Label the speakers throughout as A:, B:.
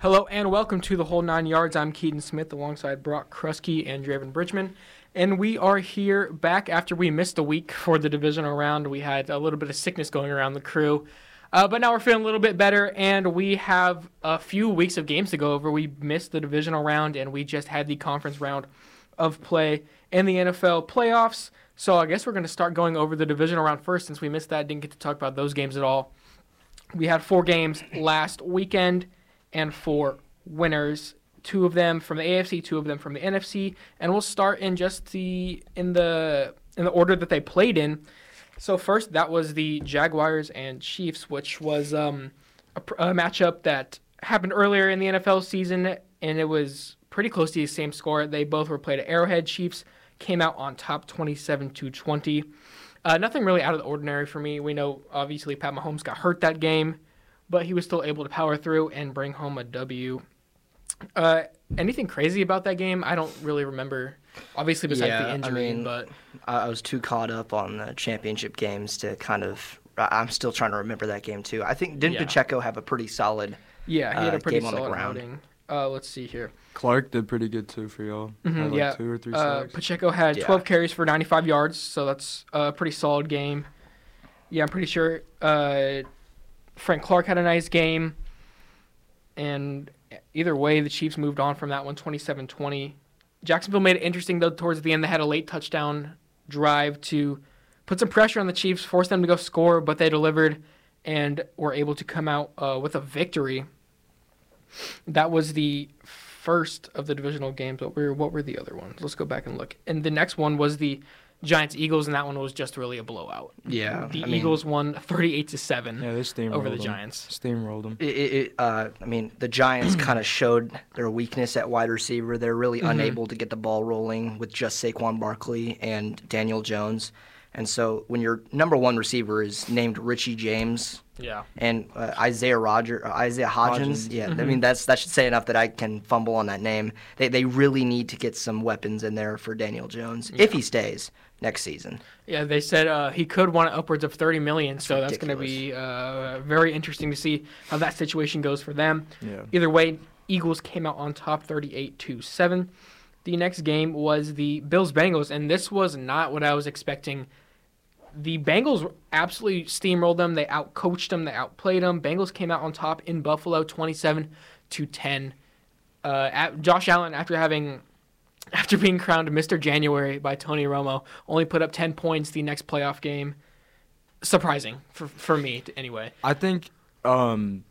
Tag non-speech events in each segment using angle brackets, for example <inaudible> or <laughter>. A: Hello and welcome to the whole nine yards. I'm Keaton Smith alongside Brock Krusky and Draven Bridgman, and we are here back after we missed a week for the divisional round. We had a little bit of sickness going around the crew, uh, but now we're feeling a little bit better, and we have a few weeks of games to go over. We missed the divisional round, and we just had the conference round of play in the NFL playoffs. So I guess we're going to start going over the divisional round first, since we missed that, didn't get to talk about those games at all. We had four games last weekend and four winners. Two of them from the AFC, two of them from the NFC, and we'll start in just the in the in the order that they played in. So first, that was the Jaguars and Chiefs, which was um, a, pr- a matchup that happened earlier in the NFL season, and it was pretty close to the same score. They both were played at Arrowhead. Chiefs came out on top, twenty-seven to twenty. Uh, nothing really out of the ordinary for me. We know obviously Pat Mahomes got hurt that game, but he was still able to power through and bring home a W. Uh, anything crazy about that game? I don't really remember. Obviously, besides
B: Yeah,
A: the
B: I
A: injury,
B: mean,
A: but
B: I I was too caught up on the championship games to kind of. I- I'm still trying to remember that game too. I think didn't
A: Yeah.
B: Pacheco have a pretty solid?
A: yeah, he had
B: uh,
A: a pretty
B: game on the
A: solid
B: ground.
A: outing. Uh, let's see here.
C: Clark did pretty good too for y'all.
A: Mhm,
C: Had like
A: yeah.
C: two or three
A: Uh,
C: sacks.
A: Pacheco had
B: Yeah.
A: 12 carries for 95 yards, so that's a pretty solid game. Yeah, I'm pretty sure uh, Frank Clark had a nice game. And either way, the Chiefs moved on from that one 27 20. Jacksonville made it interesting, though, towards the end. They had a late touchdown drive to put some pressure on the Chiefs, force them to go score, but they delivered and were able to come out uh, with a victory. That was the first of the divisional games. What were what were the other ones? Let's go back and look. And the next one was the Giants Eagles, and that one was just really a blowout.
B: Yeah,
A: The
B: um, I mean-
A: Eagles won thirty eight to seven
C: Oh, yeah, they steamrolled
A: over the
C: them.
A: Giants.
C: Steamrolled them.
B: It, it, it, uh, I mean, the Giants kind of showed their weakness at wide receiver. They're really unable to get the ball rolling with just Saquon Barkley and Daniel Jones. And so when your number one receiver is named Richie James
A: Yeah.
B: and uh, Isaiah Roger, uh, Isaiah Hodgins,
C: Hodgins.
B: yeah, I mean that's that should say enough that I can fumble on that name. They they really need to get some weapons in there for Daniel Jones if he stays next season.
A: Yeah, they said uh, he could want upwards of 30 million, so that's going to be
B: ridiculous.
A: uh, very interesting to see how that situation goes for them.
C: Yeah.
A: Either way, Eagles came out on top 38 to 7. The next game was the Bills Bengals, and this was not what I was expecting. The Bengals absolutely steamrolled them. They outcoached them. They outplayed them. Bengals came out on top in Buffalo 27 to 10. Uh, at Josh Allen, after having after being crowned Mr. January by Tony Romo, only put up 10 points the next playoff game. Surprising for, for me, t- anyway.
C: I think um,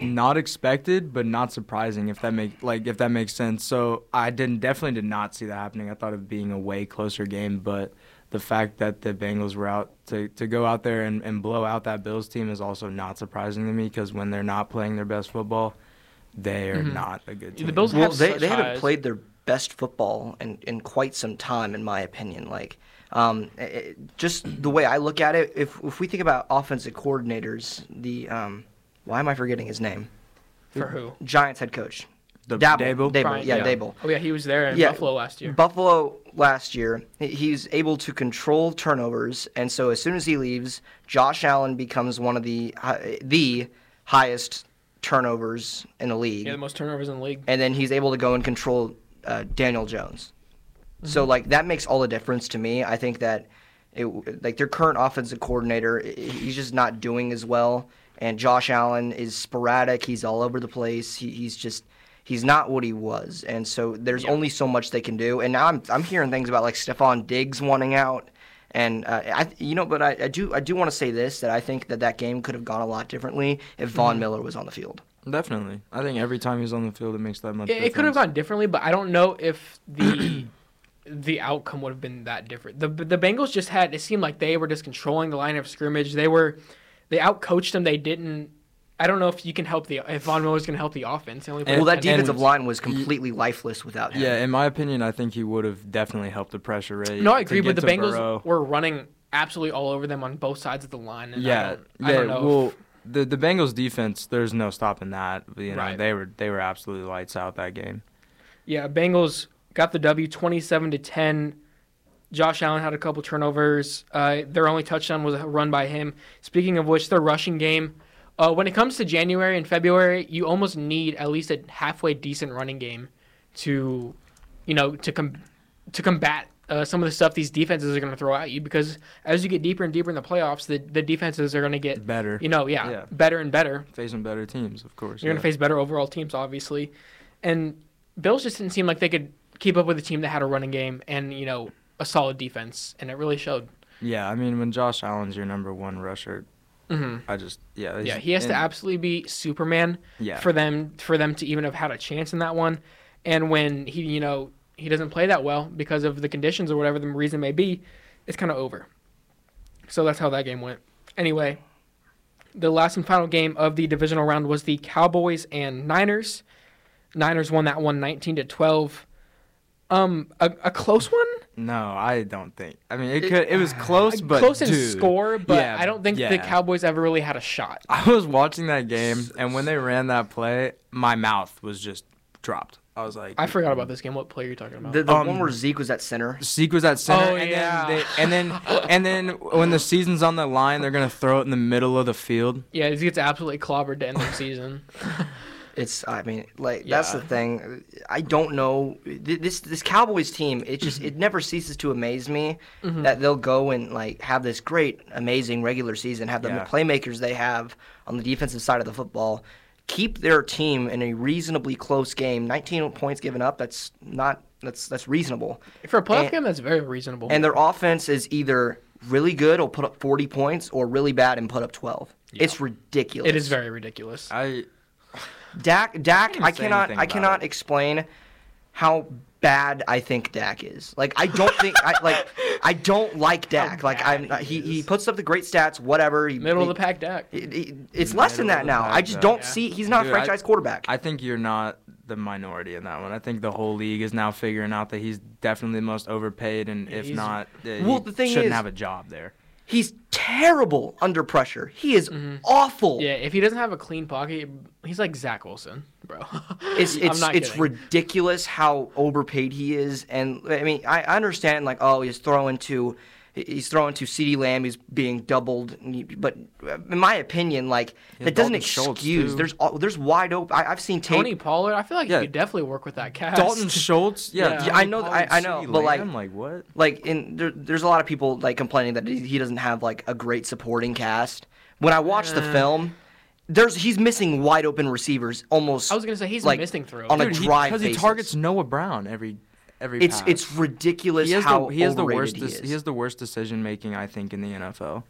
C: not expected, but not surprising if that make like if that makes sense. So I didn't definitely did not see that happening. I thought of being a way closer game, but the fact that the Bengals were out to, to go out there and, and blow out that Bills team is also not surprising to me because when they're not playing their best football, they are not a good
A: Mm-hmm. The
C: team.
A: Bills-
B: Well,
A: have
B: they,
A: such
B: they haven't
A: highs.
B: played their best football in, in quite some time, in my opinion. Like, um, it- it- just the way I look at it, if if we think about offensive coordinators, the um, why am I forgetting his name?
A: For who?
B: Giants head coach.
C: The-
B: Dabble.
C: Dable?
B: Dable,
A: Brian-
B: yeah, Dable.
A: Oh, yeah, he was there in
B: Yeah,
A: Buffalo last year.
B: Buffalo last year, he- he's able to control turnovers, and so as soon as he leaves, Josh Allen becomes one of the hi- the highest turnovers in the league
A: yeah, the most turnovers in the league.
B: and then he's able to go and control uh, Daniel Jones. So like that makes all the difference to me. I think that it like their current offensive coordinator, i- i- he's just not doing as well. And Josh Allen is sporadic. He's all over the place. He, he's just he's not what he was. And so there's only so much they can do. And now I'm I'm hearing things about like Stephon Diggs wanting out. And uh, I, you know, but I, I do, I do want to say this that I think that that game could have gone a lot differently if Von Miller was on the field.
C: definitely. I think every time he's on the field, it makes that much.
A: It, it could have
C: difference.
A: gone differently, but I don't know if
C: <clears throat>
A: the the outcome would have been that different. The the Bengals just had it seemed like they were just controlling the line of scrimmage. They were they outcoached them. They didn't. I don't know if you can help the if Von Miller's going to help the offense. They only put
B: Well,
A: up
B: that
A: 10
B: defensive
A: points.
B: line was completely lifeless without him.
C: Yeah, in my opinion, I think he would have definitely helped the pressure rate.
A: No, I
C: to
A: agree, but
C: get
A: the
C: to
A: Bengals
C: Burrow.
A: were running absolutely all over them on both sides of the line. And I
C: yeah,
A: don't,
C: yeah.
A: I don't know
C: well,
A: if-
C: the the Bengals defense, there's no stopping that. You know,
A: Right.
C: they were they were absolutely lights out that game.
A: yeah, Bengals got the W, twenty-seven to ten. Josh Allen had a couple turnovers. Uh, their only touchdown was a run by him. Speaking of which, their rushing game Uh, when it comes to January and February, you almost need at least a halfway decent running game to, you know, to com- to combat uh, some of the stuff these defenses are going to throw at you. Because as you get deeper and deeper in the playoffs, the, the defenses are going to get,
C: Better.
A: you know, yeah,
C: Yeah.
A: better and better.
C: Facing better teams, of course.
A: You're going
C: yeah.
A: to face better overall teams, obviously. And Bills just didn't seem like they could keep up with a team that had a running game and, you know, a solid defense. And it really showed.
C: Yeah, I mean, when Josh Allen's your number one rusher,
A: hmm
C: I just yeah. he's-
A: Yeah, he has to
C: and-
A: absolutely be Superman
C: Yeah.
A: for them for them to even have had a chance in that one. And when he, you know, he doesn't play that well because of the conditions or whatever the reason may be, it's kind of over. So that's how that game went. Anyway, the last and final game of the divisional round was the Cowboys and Niners. Niners won that one 19 to 12. Um a, a close one?
C: No, I don't think. I mean, it could. It was close, but
A: uh, close in
C: dude,
A: score, but
C: yeah,
A: I don't think the
C: yeah.
A: Cowboys ever really had a shot.
C: <laughs> I was watching that game, and
A: <laughs>
C: when they ran that play, my mouth was just dropped. I was like,
A: I forgot about this game. What play are you talking about?
B: The, the
C: Um,
B: one where Zeke was at center.
C: Zeke was at center,
A: Oh,
C: and,
A: yeah.
C: then they, and then and then when the season's on the line, they're gonna throw it in the middle of the field.
A: Yeah, he gets absolutely clobbered to end the season.
B: It's I mean like that's the
A: Yeah.
B: thing. I don't know Th- this this Cowboys team. It just it never ceases to amaze me
C: Mm-hmm.
B: that they'll go and like have this great amazing regular season, have the
C: Yeah.
B: playmakers they have on the defensive side of the football, keep their team in a reasonably close game. 19 points given up. That's not that's that's reasonable.
A: For a playoff
B: And-
A: game, that's very reasonable.
B: And their offense is either really good, will put up 40 points, or really bad and put up 12. It's ridiculous.
A: it is very ridiculous.
C: I
B: Dak Dak
C: didn't
B: I,
C: say
B: cannot
C: anything
B: I
C: about
B: cannot explain how bad I think Dak is. Like I don't think I like I don't like Dak. Like I'm
A: bad he
B: he, he
A: is.
B: puts up the great stats, whatever. He,
A: Middle of
B: he-
A: the pack deck.
B: it- it- it's less than
C: Middle
B: that
C: of the
B: now.
C: pack,
B: I just
C: yeah.
B: don't
A: Yeah.
B: see he's not
C: Dude,
B: a
C: I-
B: franchise quarterback.
C: I think you're not the minority in that one. I think the whole league is now figuring out that he's definitely the most overpaid, and if
A: He's-
C: not, uh,
B: Well,
C: he
B: the thing
C: shouldn't
B: is-
C: have a job there.
B: he's terrible under pressure. He is awful.
A: Yeah, if he doesn't have a clean pocket, he's like Zach Wilson, bro. <laughs>
B: It's
A: I'm
B: it's
A: not
B: it's
A: kidding.
B: ridiculous how overpaid he is, and I mean I I understand like oh he's throwing to he's throwing to Ceedee Lamb, he's being doubled, and he- but in my opinion like
C: Yeah,
B: that doesn't
C: Dalton Schultz,
B: excuse
C: too.
B: there's all, there's wide open I, I've seen tape.
A: Tony Pollard, I feel like
C: Yeah.
A: you could definitely work with that cast.
C: Dalton Schultz, yeah,
A: Yeah.
C: Tony
A: Yeah,
B: I know- I- I know,
C: CeeDee
B: but, like-
C: Lamb, like what?
B: like in there, there's a lot of people like complaining that he he doesn't have like a great supporting cast. When I watch the
C: Uh.
B: film, there's he's missing wide open receivers almost.
A: I was gonna say, he's
B: like,
A: missing throws.
B: on a
A: Dude,
C: he-
B: drive
C: he,
B: basis.
C: targets Noah Brown every every.
B: It's
C: pass.
B: it's ridiculous
C: he has
B: how
C: the he has the
B: overrated
C: worst
B: he
C: dec-
B: is.
C: he has the worst decision making I think in the NFL.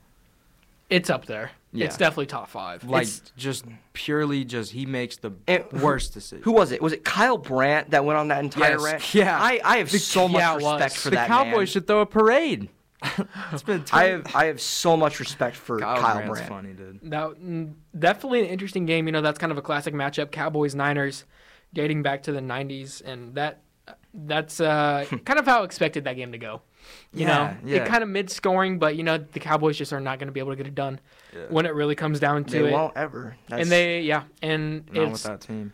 A: It's up there.
C: Yeah.
A: It's definitely top five.
C: Like
B: It's-
C: just purely just he makes the
B: And who-
C: worst decision.
B: Who was it? Was it Kyle Brandt that went on that entire
C: Yes,
B: rant?
C: yeah.
B: I, I have
C: The-
B: so much
A: yeah, it was.
B: respect for
C: the
B: that
C: Cowboys
B: man.
C: should throw a parade. <laughs> it's been
B: <laughs> I have I have so much respect for Kyle,
C: Grant's
B: Brandt.
C: funny dude.
A: That mm, definitely an interesting game. You know, that's kind of a classic matchup, Cowboys Niners, dating back to the '90s, and that that's uh,
B: Hmm.
A: kind of how I expected that game to go. You
C: Yeah,
A: know,
C: yeah.
A: it kind of mid-scoring, but you know the Cowboys just are not going to be able to get it done
C: Yeah.
A: when it really comes down to
B: They
A: it.
B: won't ever. That's,
A: and they, yeah, and
C: Not with
A: it's
C: that team.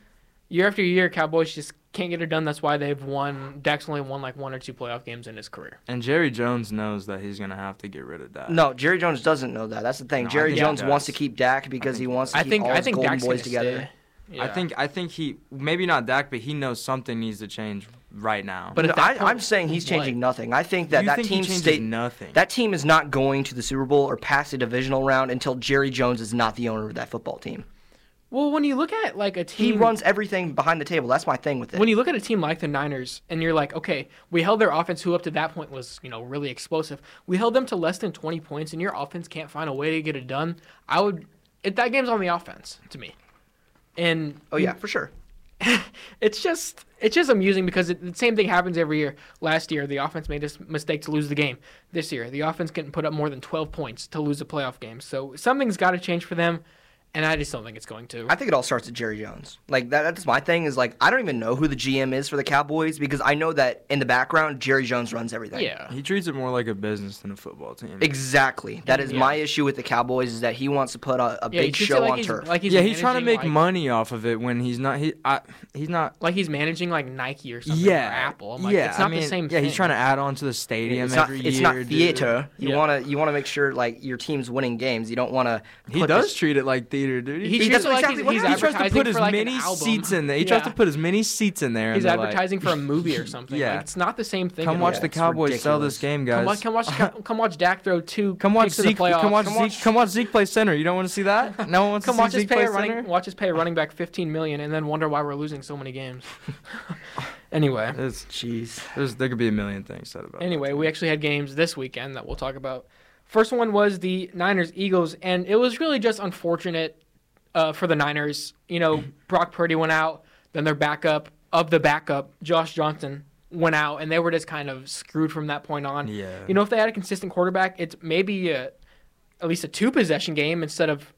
A: year after year, Cowboys just can't get it done. That's why they've won. Dak's only won like one or two playoff games in his career.
C: And Jerry Jones knones that he's gonna have to get rid of that.
B: no, Jerry Jones doesn't know that. That's the thing.
C: No, I
B: Jerry
C: think he
B: Jones wants to
C: does.
B: keep Dak because
C: I
B: he
C: think he
B: wants to
A: I
B: keep
A: think
B: all
A: I
B: his
A: think
B: golden
A: Dak's
B: boys
A: gonna
B: together.
A: stay. Yeah.
C: I think I think he maybe not Dak, but he knows something needs to change right now.
A: But
B: No,
A: at that
B: I,
A: point,
B: I'm saying he's changing
A: what?
B: nothing. I think that
C: You
B: that
C: think he
B: team
C: changes
B: state
C: nothing.
B: That team is not going to the Super Bowl or past the divisional round until Jerry Jones is not the owner of that football team.
A: Well, when you look at like a
B: He
A: team,
B: runs everything behind the table. That's my thing with it.
A: Hmm. when you look at a team like the Niners and you're like, okay, we held their offense, who up to that point was, you know, really explosive. We held them to less than 20 points, and your offense can't find a way to get it done. I would, it, that game's on the offense to me. And
B: oh yeah, for sure.
A: it's just it's just amusing because it, the same thing happens every year. Last year, the offense made this mistake to lose the game. This year, the offense couldn't put up more than 12 points to lose a playoff game. So something's got to change for them, and I just don't think it's going to.
B: I think it all starts with Jerry Jones. Like that, that's my thing. Is like I don't even know who the GM is for the Cowboys because I know that in the background Jerry Jones runs everything.
A: yeah.
C: he treats it more like a business than a football team.
B: Exactly. That is
A: Yeah.
B: my issue with the Cowboys is that he wants to put a, a
A: Yeah, he
B: big
A: treats it
B: show
A: like
B: on
A: he's-
B: turf.
A: Like he's
C: yeah, he's trying to
A: managing,
C: make
A: like-
C: money off of it when he's not. He I, he's not.
A: like he's managing like Nike or something
C: Yeah,
A: or Apple. I'm like,
C: yeah.
A: it's not
C: I mean,
A: the same.
C: Yeah, he's
A: thing.
C: trying to add on to the stadium
B: it's not,
C: every year.
B: it's not
C: dude.
B: theater. You
A: Yeah.
B: want to you want to make sure like your team's winning games. You don't want to.
C: He does treat it like theater, dude.
A: He
B: He-
A: treats
B: that's
A: it like
B: exactly
A: he's,
B: what
C: he
A: he's
B: he
C: tries to
A: advertising
C: put
A: for
C: as
A: like an
C: many
A: album.
C: seats in there. He tries
A: Yeah.
C: to put as many seats in there. and
A: He's
C: they're like,
A: advertising for a movie
C: <laughs>
A: or something.
C: Yeah.
A: Like, it's not the same thing.
C: Come
A: at
C: watch
A: all.
C: the
B: it's
C: Cowboys sell
B: ridiculous.
C: this game,
A: Come,
C: guys.
A: wa- come watch.
C: <laughs>
A: Come, come watch Dak throw two.
C: Come watch
A: picks in the
C: Zeke. Come
A: playoffs.
C: watch
B: Come
C: Zeke.
B: watch-
C: Come watch Zeke play center. You don't want to
A: <laughs>
C: see that? No one wants
A: Come
C: to
A: watch
C: see
A: us
C: Zeke
A: pay
C: play
A: a running. <laughs>
C: center.
A: Watch us pay a running back 15 million, and then wonder why we're losing so many
C: <laughs>
A: games. <laughs> anyway,
C: It's,
B: Jeez.
C: there's, there could be a million things said about.
A: anyway, we actually had games this weekend that we'll talk about. First one was the Niners Eagles, and it was really just unfortunate uh, for the Niners. You
C: <laughs>
A: know, Brock Purdy went out, then their backup of the backup, Josh Johnson, went out, and they were just kind of screwed from that point on.
C: That. Yeah.
A: You know, if they had a consistent quarterback, it's maybe a, at least a two possession game instead of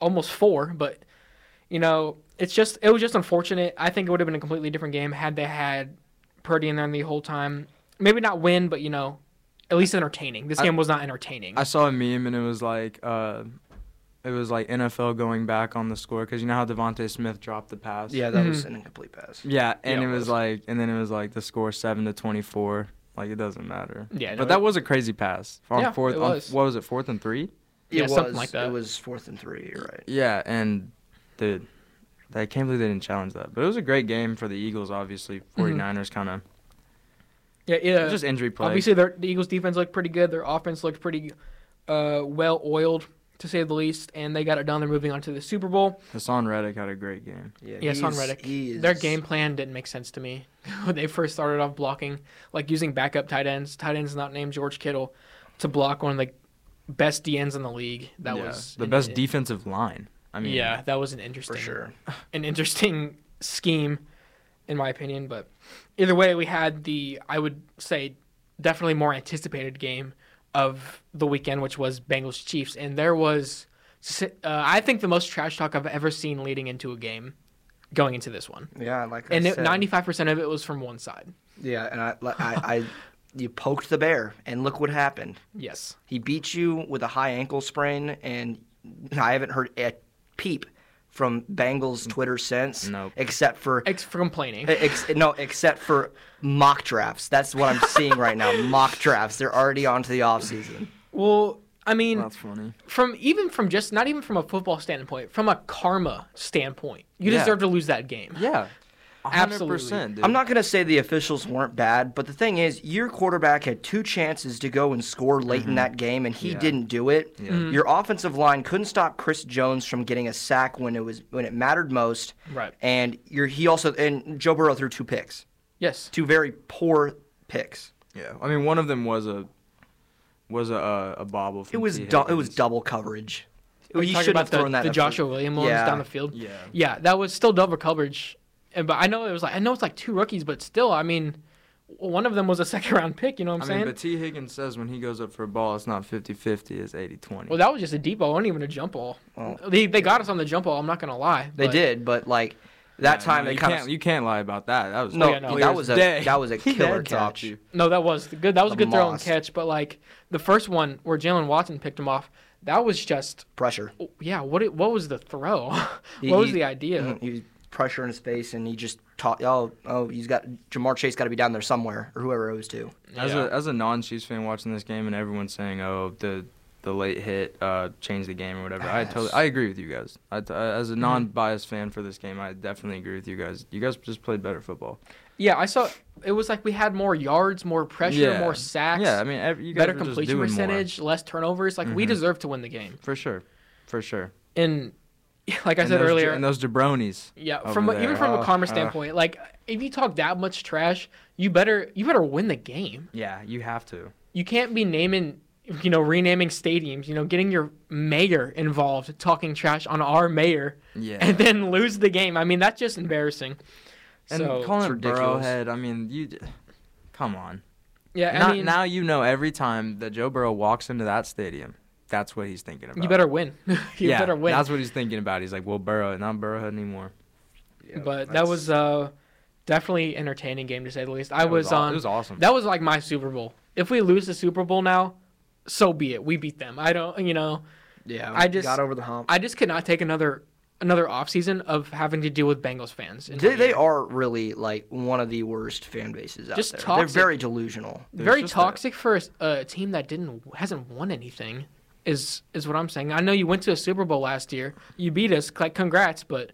A: almost four. But you know, it's just it was just unfortunate. I think it would have been a completely different game had they had Purdy in there the whole time. Maybe not win, but you know, at least entertaining. This
C: I-
A: game was not entertaining.
C: I saw a meme and it was like, uh, it was like NFL going back on the score because you know how Devonte Smith dropped the pass.
B: Yeah, that was
A: Mhm.
B: an incomplete pass.
C: Yeah, and
B: Yeah,
C: it
B: it
C: was,
B: was.
C: like, and then it was like the score seven to twenty four. Like it doesn't matter.
A: Yeah, no,
C: but that was a crazy pass. On
A: Yeah,
C: fourth,
A: it
C: on-
A: was.
C: what was it? Fourth and three.
B: It
A: Yeah,
B: was,
A: something like that.
B: It was fourth and three. You're right.
C: Yeah, and dude, I can't believe they didn't challenge that. But it was a great game for the Eagles. Obviously, 49ers kind of
A: yeah, yeah.
C: just injury play.
A: Obviously, their, the Eagles' defense looked pretty good. Their offense looked pretty uh, well oiled, to say the least, and they got it done. They're moving on to the Super Bowl.
C: Hassan Reddick had a great game.
B: Yeah,
A: Yes, on
B: he's-
A: Reddick.
B: he is-
A: Their game plan didn't make sense to me <laughs> when they first started off blocking, like using backup tight ends, tight ends not named George Kittle, to block one of the best DNs in the league. That
C: Yeah,
A: was
C: the
A: an-
C: best defensive line. I mean,
A: yeah, that was an interesting,
B: for sure.
A: an interesting scheme, in my opinion. But either way, we had the I would say definitely more anticipated game of the weekend, which was Bengals Chiefs, and there was. si- Uh, I think the most trash talk I've ever seen leading into a game, going into this one
B: Yeah, like I
A: and
B: said.
A: ninety-five percent of it was from one side.
B: Yeah, and I, like, I, I, you poked the bear, and look what happened.
A: Yes,
B: He beat you with a high ankle sprain, and I haven't heard a peep from Bengals Twitter since.
C: Nope.
B: Except for
A: Ex- for complaining.
B: Ex- no, except for mock drafts. That's what I'm seeing right now. Mock drafts. They're already on to the offseason.
A: Well, I mean,
C: that's funny.
A: from even from just not even from a football standpoint, from a karma standpoint, you
C: Yeah.
A: deserve to lose that game.
C: Yeah,
A: Absolutely.
C: 100%, dude.
B: I'm not going to say the officials weren't bad, but the thing is, your quarterback had two chances to go and score late
A: Mm-hmm.
B: in that game, and he
C: Yeah.
B: didn't do it. Your offensive line couldn't stop Chris Jones from getting a sack when it was when it mattered most.
A: Right.
B: And your he also and Joe Burrow threw two picks,
A: Yes,
B: two very poor picks.
C: Yeah, I mean, one of them was a was a uh, a bobble. From
B: It was
C: T.
B: du- it was
C: Higgins.
B: double coverage.
A: Are you
B: you
A: talking
B: shouldn't
A: about
B: have thrown
A: the,
B: that
A: the
B: effort.
A: Joshua Williams ones
B: Yeah.
A: down the field.
C: Yeah.
A: yeah, that was still double coverage, and but I know it was like I know it's like two rookies, but still, I mean, one of them was a <laughs> second-round pick. You know what I'm
C: I
A: saying?
C: mean, but T. Higgins says when he goes up for a ball, it's not 50-50, it's 80-20.
A: well, that was just a deep ball, wasn't even a jump ball. they they got us on the jump ball. I'm not gonna lie.
B: They
A: but-
B: did, but like that
C: Yeah,
B: time
C: no,
B: it
C: you
B: kind
C: can't
B: of
C: you can't lie about that. That was
B: no,
A: Oh, yeah, no.
C: clear
B: that
C: as
B: was a
C: day.
B: that
A: <laughs>
B: was a
C: He
B: killer
C: dead topped
B: catch.
C: you.
A: No, that was the good. That was a
B: Of
A: good throw and
B: Moss.
A: catch. But like the first one where Jalen Watson picked him off, that was just
B: Pressure.
A: yeah. What it, what was the throw? <laughs> what
B: He-
A: was
B: he-
A: the idea?
C: mm-hmm.
B: Mhm, He was pressure in his face, and he just taught. Oh, oh, he's got Jamar Chase got to be down there somewhere, or whoever it was to.
C: As
A: Yeah.
C: a as a non Chiefs fan watching this game and everyone saying, "Oh, the the late hit uh, changed the game or whatever," I totally I agree with you guys. I t- I-
A: Mhm.
C: as a non biased fan for this game, I definitely agree with you guys. You guys just played better football.
A: Yeah, I saw. It was like we had more yards, more pressure,
C: Yeah.
A: more sacks,
C: Yeah, I mean, ev you guys
A: better
C: were just
A: completion
C: doing more. Mm-hmm.
A: percentage, less turnovers. Like we deserve to win the game.
C: for sure, for sure.
A: And <laughs> like I
C: and
A: said
C: those,
A: earlier,
C: and those jabronis.
A: yeah,
C: over
A: from a-
C: there.
A: even from
B: Oh,
A: a karma
B: uh.
A: standpoint, like if you talk that much trash, you better you better win the game.
C: yeah, you have to.
A: you can't be naming you know renaming stadiums you know getting your mayor involved talking trash on our mayor
C: Yeah.
A: and then lose the game i mean that's just embarrassing
C: And
A: so
C: calling
B: It's
C: it
B: ridiculous.
C: Burrowhead, I mean, you. d- Come on.
A: yeah
C: Now-
A: i mean
C: now you know every time that Joe Burrow walks into that stadium, that's what he's thinking about.
A: you better win <laughs> you
C: yeah,
A: better win
C: That's what he's thinking about. He's like, well, Burrow, not Burrowhead anymore.
A: but that was uh definitely entertaining game to say the least i
C: That
A: was,
C: aw-
A: on
C: It was awesome.
A: that was like my super bowl if we lose the super bowl now so be it we beat them i don't you know
B: Yeah,
A: I just-
B: got over the hump.
A: i just could not take another another offseason of having to deal with bengals fans in
B: they,
A: my
B: they
A: ear.
B: are really like one of the worst fan bases out
A: Just
B: there.
A: toxic.
B: They're very delusional.
C: There's
A: very
C: just a-
A: toxic for a, s- a team that didn't hasn't won anything. is is what I'm saying. I know you went to a Super Bowl last year. You beat us. Like, congrats, but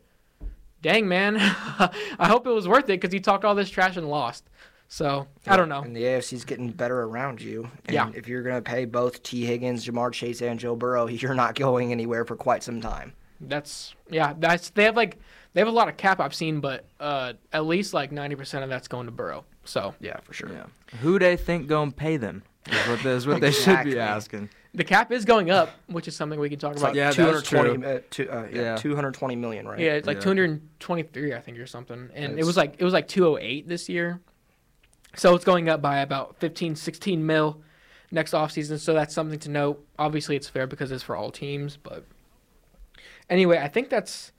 A: dang, man. <laughs> I hope it was worth it because you talked all this trash and lost. So, I don't know.
B: And the AFC's getting better around you. And
A: Yeah.
B: If you're going to pay both T. Higgins, Jamar Chase, and Joe Burrow, <laughs> you're not going anywhere for quite some time.
A: That's, yeah, that's, they have like, they have a lot of cap I've seen, but uh, at least like 90% of that's going to Burrow. So,
B: Yeah, for sure.
C: Yeah. Who they think gonna pay them? Is what, is what they should
B: Exactly.
C: be asking.
A: the cap is going up, which is something we can talk
B: It's
A: about.
B: like
A: yeah.
C: Yeah, that's
B: 220, uh, two, uh, yeah,
C: Yeah.
B: 220 million, right?
A: it's like
C: Yeah.
A: 223, I think, or something. And it
B: It's-
A: was like, it was like 208 this year. So it's going up by about 15, 16 mil next offseason. So that's something to note. Obviously, it's fair because it's for all teams. But anyway, I think that's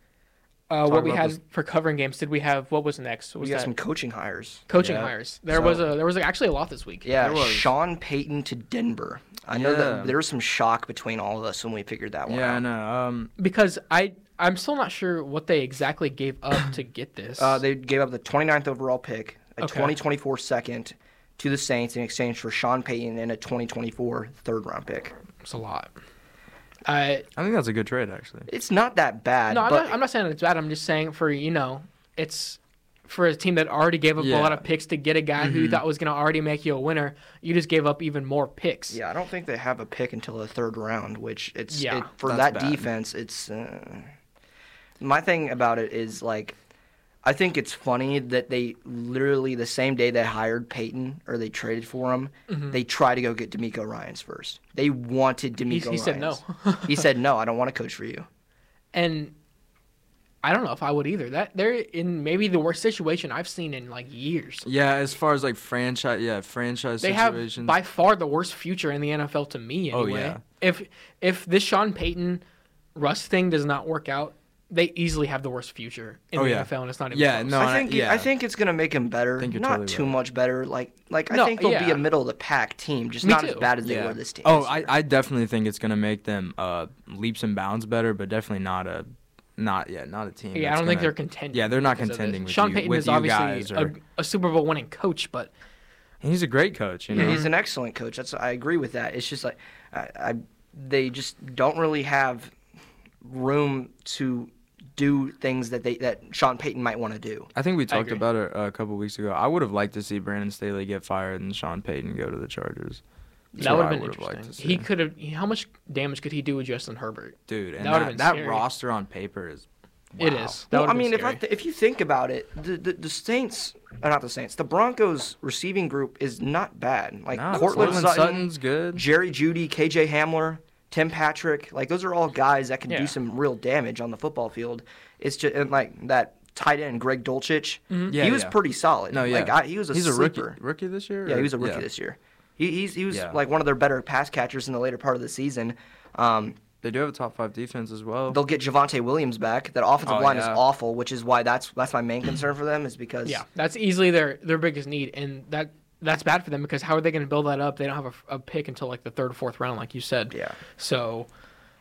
A: uh, what
C: Talk
A: we
C: about
A: had
C: this-
A: for covering games. Did we have, what was next?
B: We
A: Was
B: got
A: that
B: some coaching hires.
A: coaching
C: Yeah.
A: hires? There was
B: So-
A: a, there was actually a lot this week.
B: Yeah,
C: There was.
B: Sean Payton to Denver. I know
C: Yeah.
B: that there was some shock between all of us when we figured that one
C: Yeah, I
B: out.
C: know. Um,
A: Because I, I'm still not sure what they exactly gave up to get this.
B: Uh, they gave up the 29th overall pick, a
A: Okay.
B: 2024 second to the Saints in exchange for Sean Payton and a 2024 third round pick.
A: It's a lot. I
C: I think that's a good trade actually.
B: It's not that bad.
A: no, I'm
B: but
A: not, I'm not saying it's bad. I'm just saying for you know, it's for a team that already gave up a lot
C: Yeah. Mm-hmm.
A: of picks to get a guy who you thought was going to already make you a winner. You just gave up even more picks.
B: Yeah, I don't think they have a pick until the third round, which it's
A: Yeah,
B: it, for that
C: that's bad.
B: defense. It's uh, my thing about it is like I think it's funny that they literally the same day they hired Peyton or they traded for him, they tried to go get D'Amico Ryan's first. They wanted
A: Mm-hmm.
B: D'Amico.
A: he said no.
B: Ryans. he said no. I don't want to coach for you.
A: <laughs> and I don't know if I would either. That they're in maybe the worst situation I've seen in like years.
C: Yeah, as far as like franchise, yeah, franchise
A: They have
C: situations.
A: by far the worst future in the NFL to me.
C: Oh,
A: Anyway.
C: yeah.
A: If if this Sean Payton Russ thing does not work out, they easily have the worst future in
C: Oh,
A: the
C: yeah.
A: NFL, and it's not even
C: Yeah,
A: close.
C: <laughs> no,
B: I think
C: yeah.
B: I think it's gonna make him better.
C: think you're
B: not
C: totally
B: too
C: right.
B: much better. Like like
A: No,
B: I think they'll be
A: yeah.
B: a middle of the pack team, just
A: Me
B: not as
A: too.
B: bad as they
C: yeah.
B: were this team.
C: Oh,
B: this
C: I,
B: year.
C: I definitely think it's gonna make them uh, leaps and bounds better, but definitely not a, not yeah, not a team.
A: Yeah, I
C: that's
A: don't think
C: gonna-
A: they're contending.
C: Yeah, they're not
A: because of this.
C: contending with
A: Sean
C: you,
A: Payton
C: with
A: is
C: you
A: obviously
C: guys. Or,
A: a, a Super Bowl winning coach, but
C: and he's a great
A: <laughs>
C: coach. You know,
B: Yeah,
A: Mm-hmm.
B: he's an excellent coach. That's I agree with that. It's just like I, I they just don't really have room to do things that they that Sean Payton might want to do.
C: I think we talked
A: agree.
C: about it uh, a couple weeks ago. I would have liked to see Brandon Staley get fired and Sean Payton go to the Chargers. That's
A: that
C: what
A: would
C: I
A: have been
C: would've liked
A: interesting.
C: to
A: He
C: see.
A: could have. How much damage could he do with Justin Herbert?
C: Dude, and
A: That would've
C: that,
A: been
C: that
A: scary.
C: roster on paper is.
A: It
C: wow.
A: is. That
B: Well,
A: would
B: I
A: have been
B: mean, if I
A: scary.
B: th- if you think about it, the the, the Saints are not the Saints. The Broncos receiving group is not bad. Like
C: Nah,
B: Cortland
C: Cortland
B: Sutton,
C: Sutton's good.
B: Jerry Judy, KJ Hamler, Tim Patrick, like those are all guys that can
A: Yeah.
B: do some real damage on the football field. It's just and like that tight end Greg Dolchich.
C: Yeah,
B: he was
C: yeah.
B: pretty solid.
C: No, yeah,
B: like I, he was a
C: he's
B: sleeper.
C: a rookie rookie this year.
B: Yeah,
C: or-
B: he was a rookie this year. He, he's he was
C: Yeah.
B: like one of their better pass catchers in the later part of the season. Um,
C: They do have a top five defense as well.
B: they'll get Javante Williams back. That offensive
C: Oh,
B: line
C: yeah.
B: is awful, which is why that's that's my main concern for them is because
A: yeah, that's easily their their biggest need, and that that's bad for them because how are they going to build that up? They don't have a, a pick until like the third or fourth round, like you said.
B: Yeah.
A: So,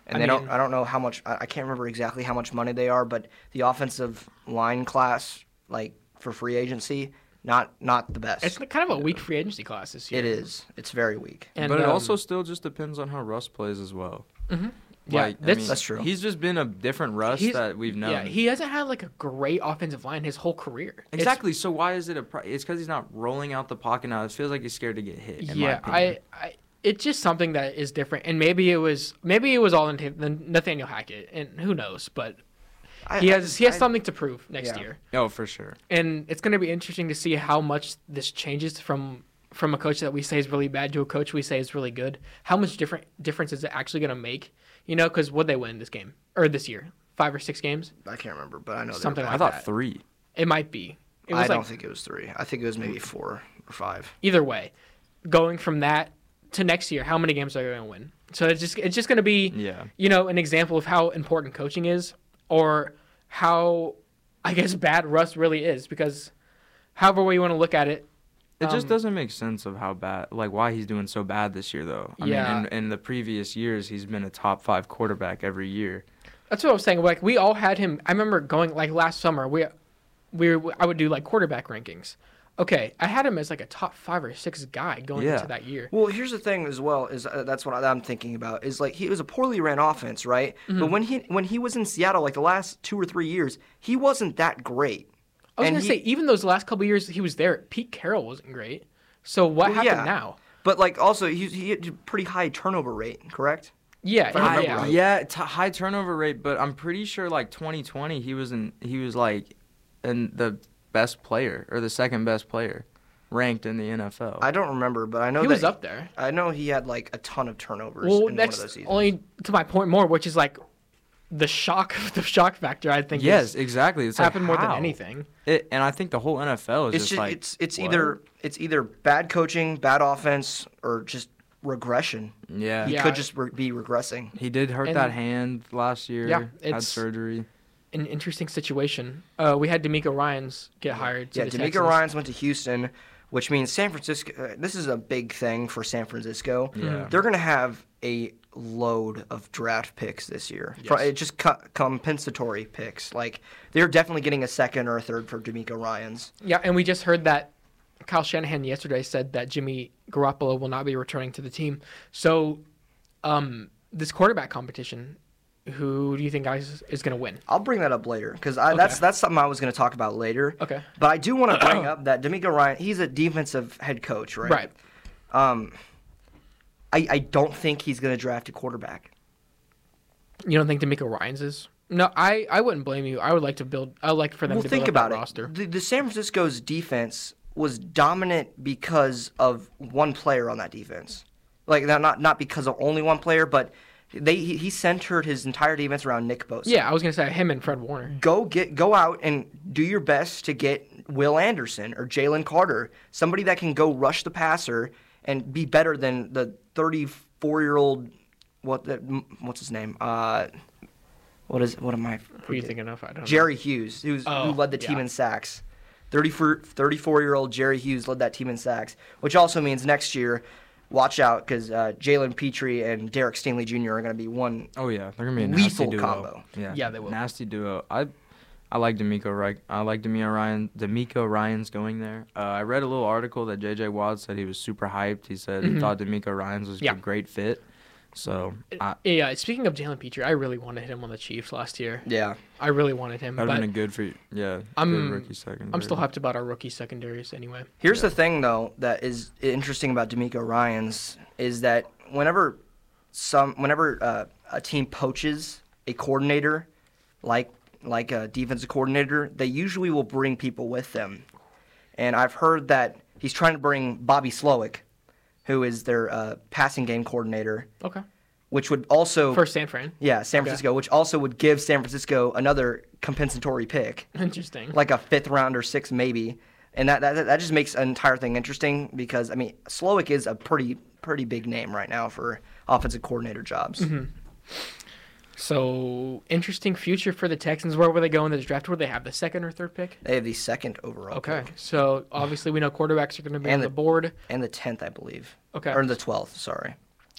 B: and
A: I
B: they
A: mean-
B: don't I don't know how much I, I can't remember exactly how much money they are, but the offensive line class like for free agency not not the best.
A: it's kind of a weak free agency class this year.
B: It is. It's very weak.
A: And,
C: but it
A: um,
C: also still just depends on how Russ plays as well. Mm-hmm.
A: Yeah, that's-
B: That's true.
C: He's just been a different Russ
A: he's-
C: that we've known.
A: Yeah, he hasn't had like a great offensive line his whole career. It's-
C: exactly. So why is it a? Pro- it's because he's not rolling out the pocket now. It feels like he's scared to get hit. In
A: yeah,
C: my opinion.
A: I, I, it's just something that is different, and maybe it was, maybe it was all in Nath- Nathaniel Hackett, and who knows? But
B: I-
A: he
B: I
A: has,
B: just-
A: he has
B: I-
A: something to prove next
B: yeah.
A: year,
C: oh for sure.
A: and it's going to be interesting to see how much this changes from from a coach that we say is really bad to a coach we say is really good. How much different difference is it actually going to make? You know, because would they win this game or this year? Five or six games?
B: I can't remember, but I know they were
A: Something
B: bad.
A: like
C: I thought
A: that.
C: three.
A: It might be. It
B: I
A: was
B: don't
A: like Mm.
B: think it was three. I think it was maybe four or five.
A: either way, going from that to next year, how many games are they going to win? So it's just it's just going to be
C: Yeah.
A: you know an example of how important coaching is, or how I guess bad Russ really is because however way you want to look at it,
C: It
A: Um,
C: just doesn't make sense of how bad, like why he's doing so bad this year though. I
A: Yeah.
C: mean, in, in the previous years he's been a top five quarterback every year.
A: that's what I was saying. Like we all had him. I remember going like last summer we we I would do like quarterback rankings. Okay, I had him as like a top five or six guy going
C: Yeah.
A: into that year.
B: Well, here's the thing as well is uh, that's what I, am thinking about is like he was a poorly ran offense, right?
A: Mm-hmm.
B: But when he when he was in Seattle, like the last two or three years, he wasn't that great.
A: I was
B: And
A: gonna
B: he-
A: say even those last couple years he was there, Pete Carroll wasn't great. So what
B: well,
A: happened
B: yeah.
A: now?
B: But like also he he had a pretty high turnover rate, correct?
A: Yeah, yeah,
B: I remember
A: yeah.
B: right.
C: Yeah, t- high turnover rate, but I'm pretty sure like 2020 he was in he was like in the best player or the second best player ranked in the NFL.
B: I don't remember, but I know
A: he
B: that
A: was up there.
B: I know he had like a ton of turnovers
A: Well,
B: in one of those
A: that's
B: seasons.
A: only to my point more, which is like the shock, <laughs> the shock factor. I think
C: yes,
A: is-
C: exactly. It's
A: happened more
C: like,
A: than
C: how?
A: anything.
C: It, and I think the whole NFL is
B: it's
C: just,
B: just
C: like
B: it's it's
C: what?
B: either it's either bad coaching, bad offense, or just regression.
C: yeah.
B: He
A: Yeah.
B: could just re- be regressing.
C: He did hurt
A: And-
C: that hand last year.
A: Yeah,
C: had
A: it's-
C: surgery.
A: An interesting situation. Uh, we had D'Amico Ryan's get hired. To
B: yeah,
A: the
B: D'Amico
A: Texans.
B: Ryan's went to Houston, which means San Francisco. Uh, this is a big thing for San Francisco.
C: Yeah.
B: They're going to have a load of draft picks this year. Pro-
A: Yes.
B: it just co- compensatory picks. Like they're definitely getting a second or a third for D'Amico Ryan's.
A: Yeah, and we just heard that Kyle Shanahan yesterday said that Jimmy Garoppolo will not be returning to the team. So, um, this quarterback competition, who do you think guys is going to win?
B: I'll bring that up later because that's that's something I was going to talk about later.
A: Okay.
B: But I
A: <clears throat>
B: do want to bring up that D'Amico Ryan. He's a defensive head coach, right?
A: Right.
B: Um, I I don't think he's going to draft a quarterback.
A: You don't think D'Amico Ryan's is? No, I, I wouldn't blame you. I would like to build. I would like for them
B: Well,
A: to
B: think
A: build up
B: about
A: that
B: it.
A: roster.
B: The, the San Francisco's defense was dominant because of one player on that defense. Like not not- not because of only one player, but they he, he centered his entire defense around Nick Bosa.
A: Yeah, I was going to say him and Fred Warner.
B: Go get go out and do your best to get Will Anderson or Jalen Carter, somebody that can go rush the passer and be better than the 34 year old what the, what's his name uh what is what am I
A: Who are you thinking of? I don't.
B: Jerry Hughes, who's,
A: Oh,
B: who led the team
A: yeah.
B: in sacks. 34 year old Jerry Hughes led that team in sacks, which also means next year, watch out because uh, Jalen Petrie and Derek Stanley Jr. are going to be one.
C: Oh yeah, they're gonna be a
B: Lethal
C: nasty duo.
B: combo.
C: Yeah,
A: Yeah, they will.
C: Nasty duo. I, I like D'Amico. Ry- I like D'Amico Ryan. D'Amico Ryan's going there. Uh, I read a little article that J.J. Watt said he was super hyped. He said he thought D'Amico Ryan's was
A: Mm-hmm. Yeah.
C: a great fit. So I,
A: know. Yeah, uh, speaking of Jalen Petrie, I really wanted him on the Chiefs last year.
B: Yeah.
A: I really wanted him,
C: that'd have
A: but
C: been a good for you. Yeah,
A: I'm-
C: good rookie second.
A: I'm still hyped about our rookie secondaries anyway.
B: Here's the thing, though, that is interesting about D'Amico Ryan's is that whenever some whenever uh, a team poaches a coordinator, like like a defensive coordinator, they usually will bring people with them. And I've heard that he's trying to bring Bobby Slowick, who is their uh, passing game coordinator,
A: Okay.
B: which would also
A: First San Fran. <laughs>
B: yeah San Francisco, which also would give San Francisco another compensatory pick
A: Interesting.
B: like a fifth round or six maybe, and that that, that just makes an entire thing interesting because I mean Slowick is a pretty pretty big name right now for offensive coordinator jobs.
A: Mm-hmm. So interesting future for the Texans. Where will they go in this draft? Where they have the second or third pick?
B: They have the second overall,
A: Okay.
B: pick,
A: So obviously we know quarterbacks are going to be
B: And
A: on
B: the-
A: the board.
B: and the tenth I believe,
A: Okay.
B: or the twelfth, sorry.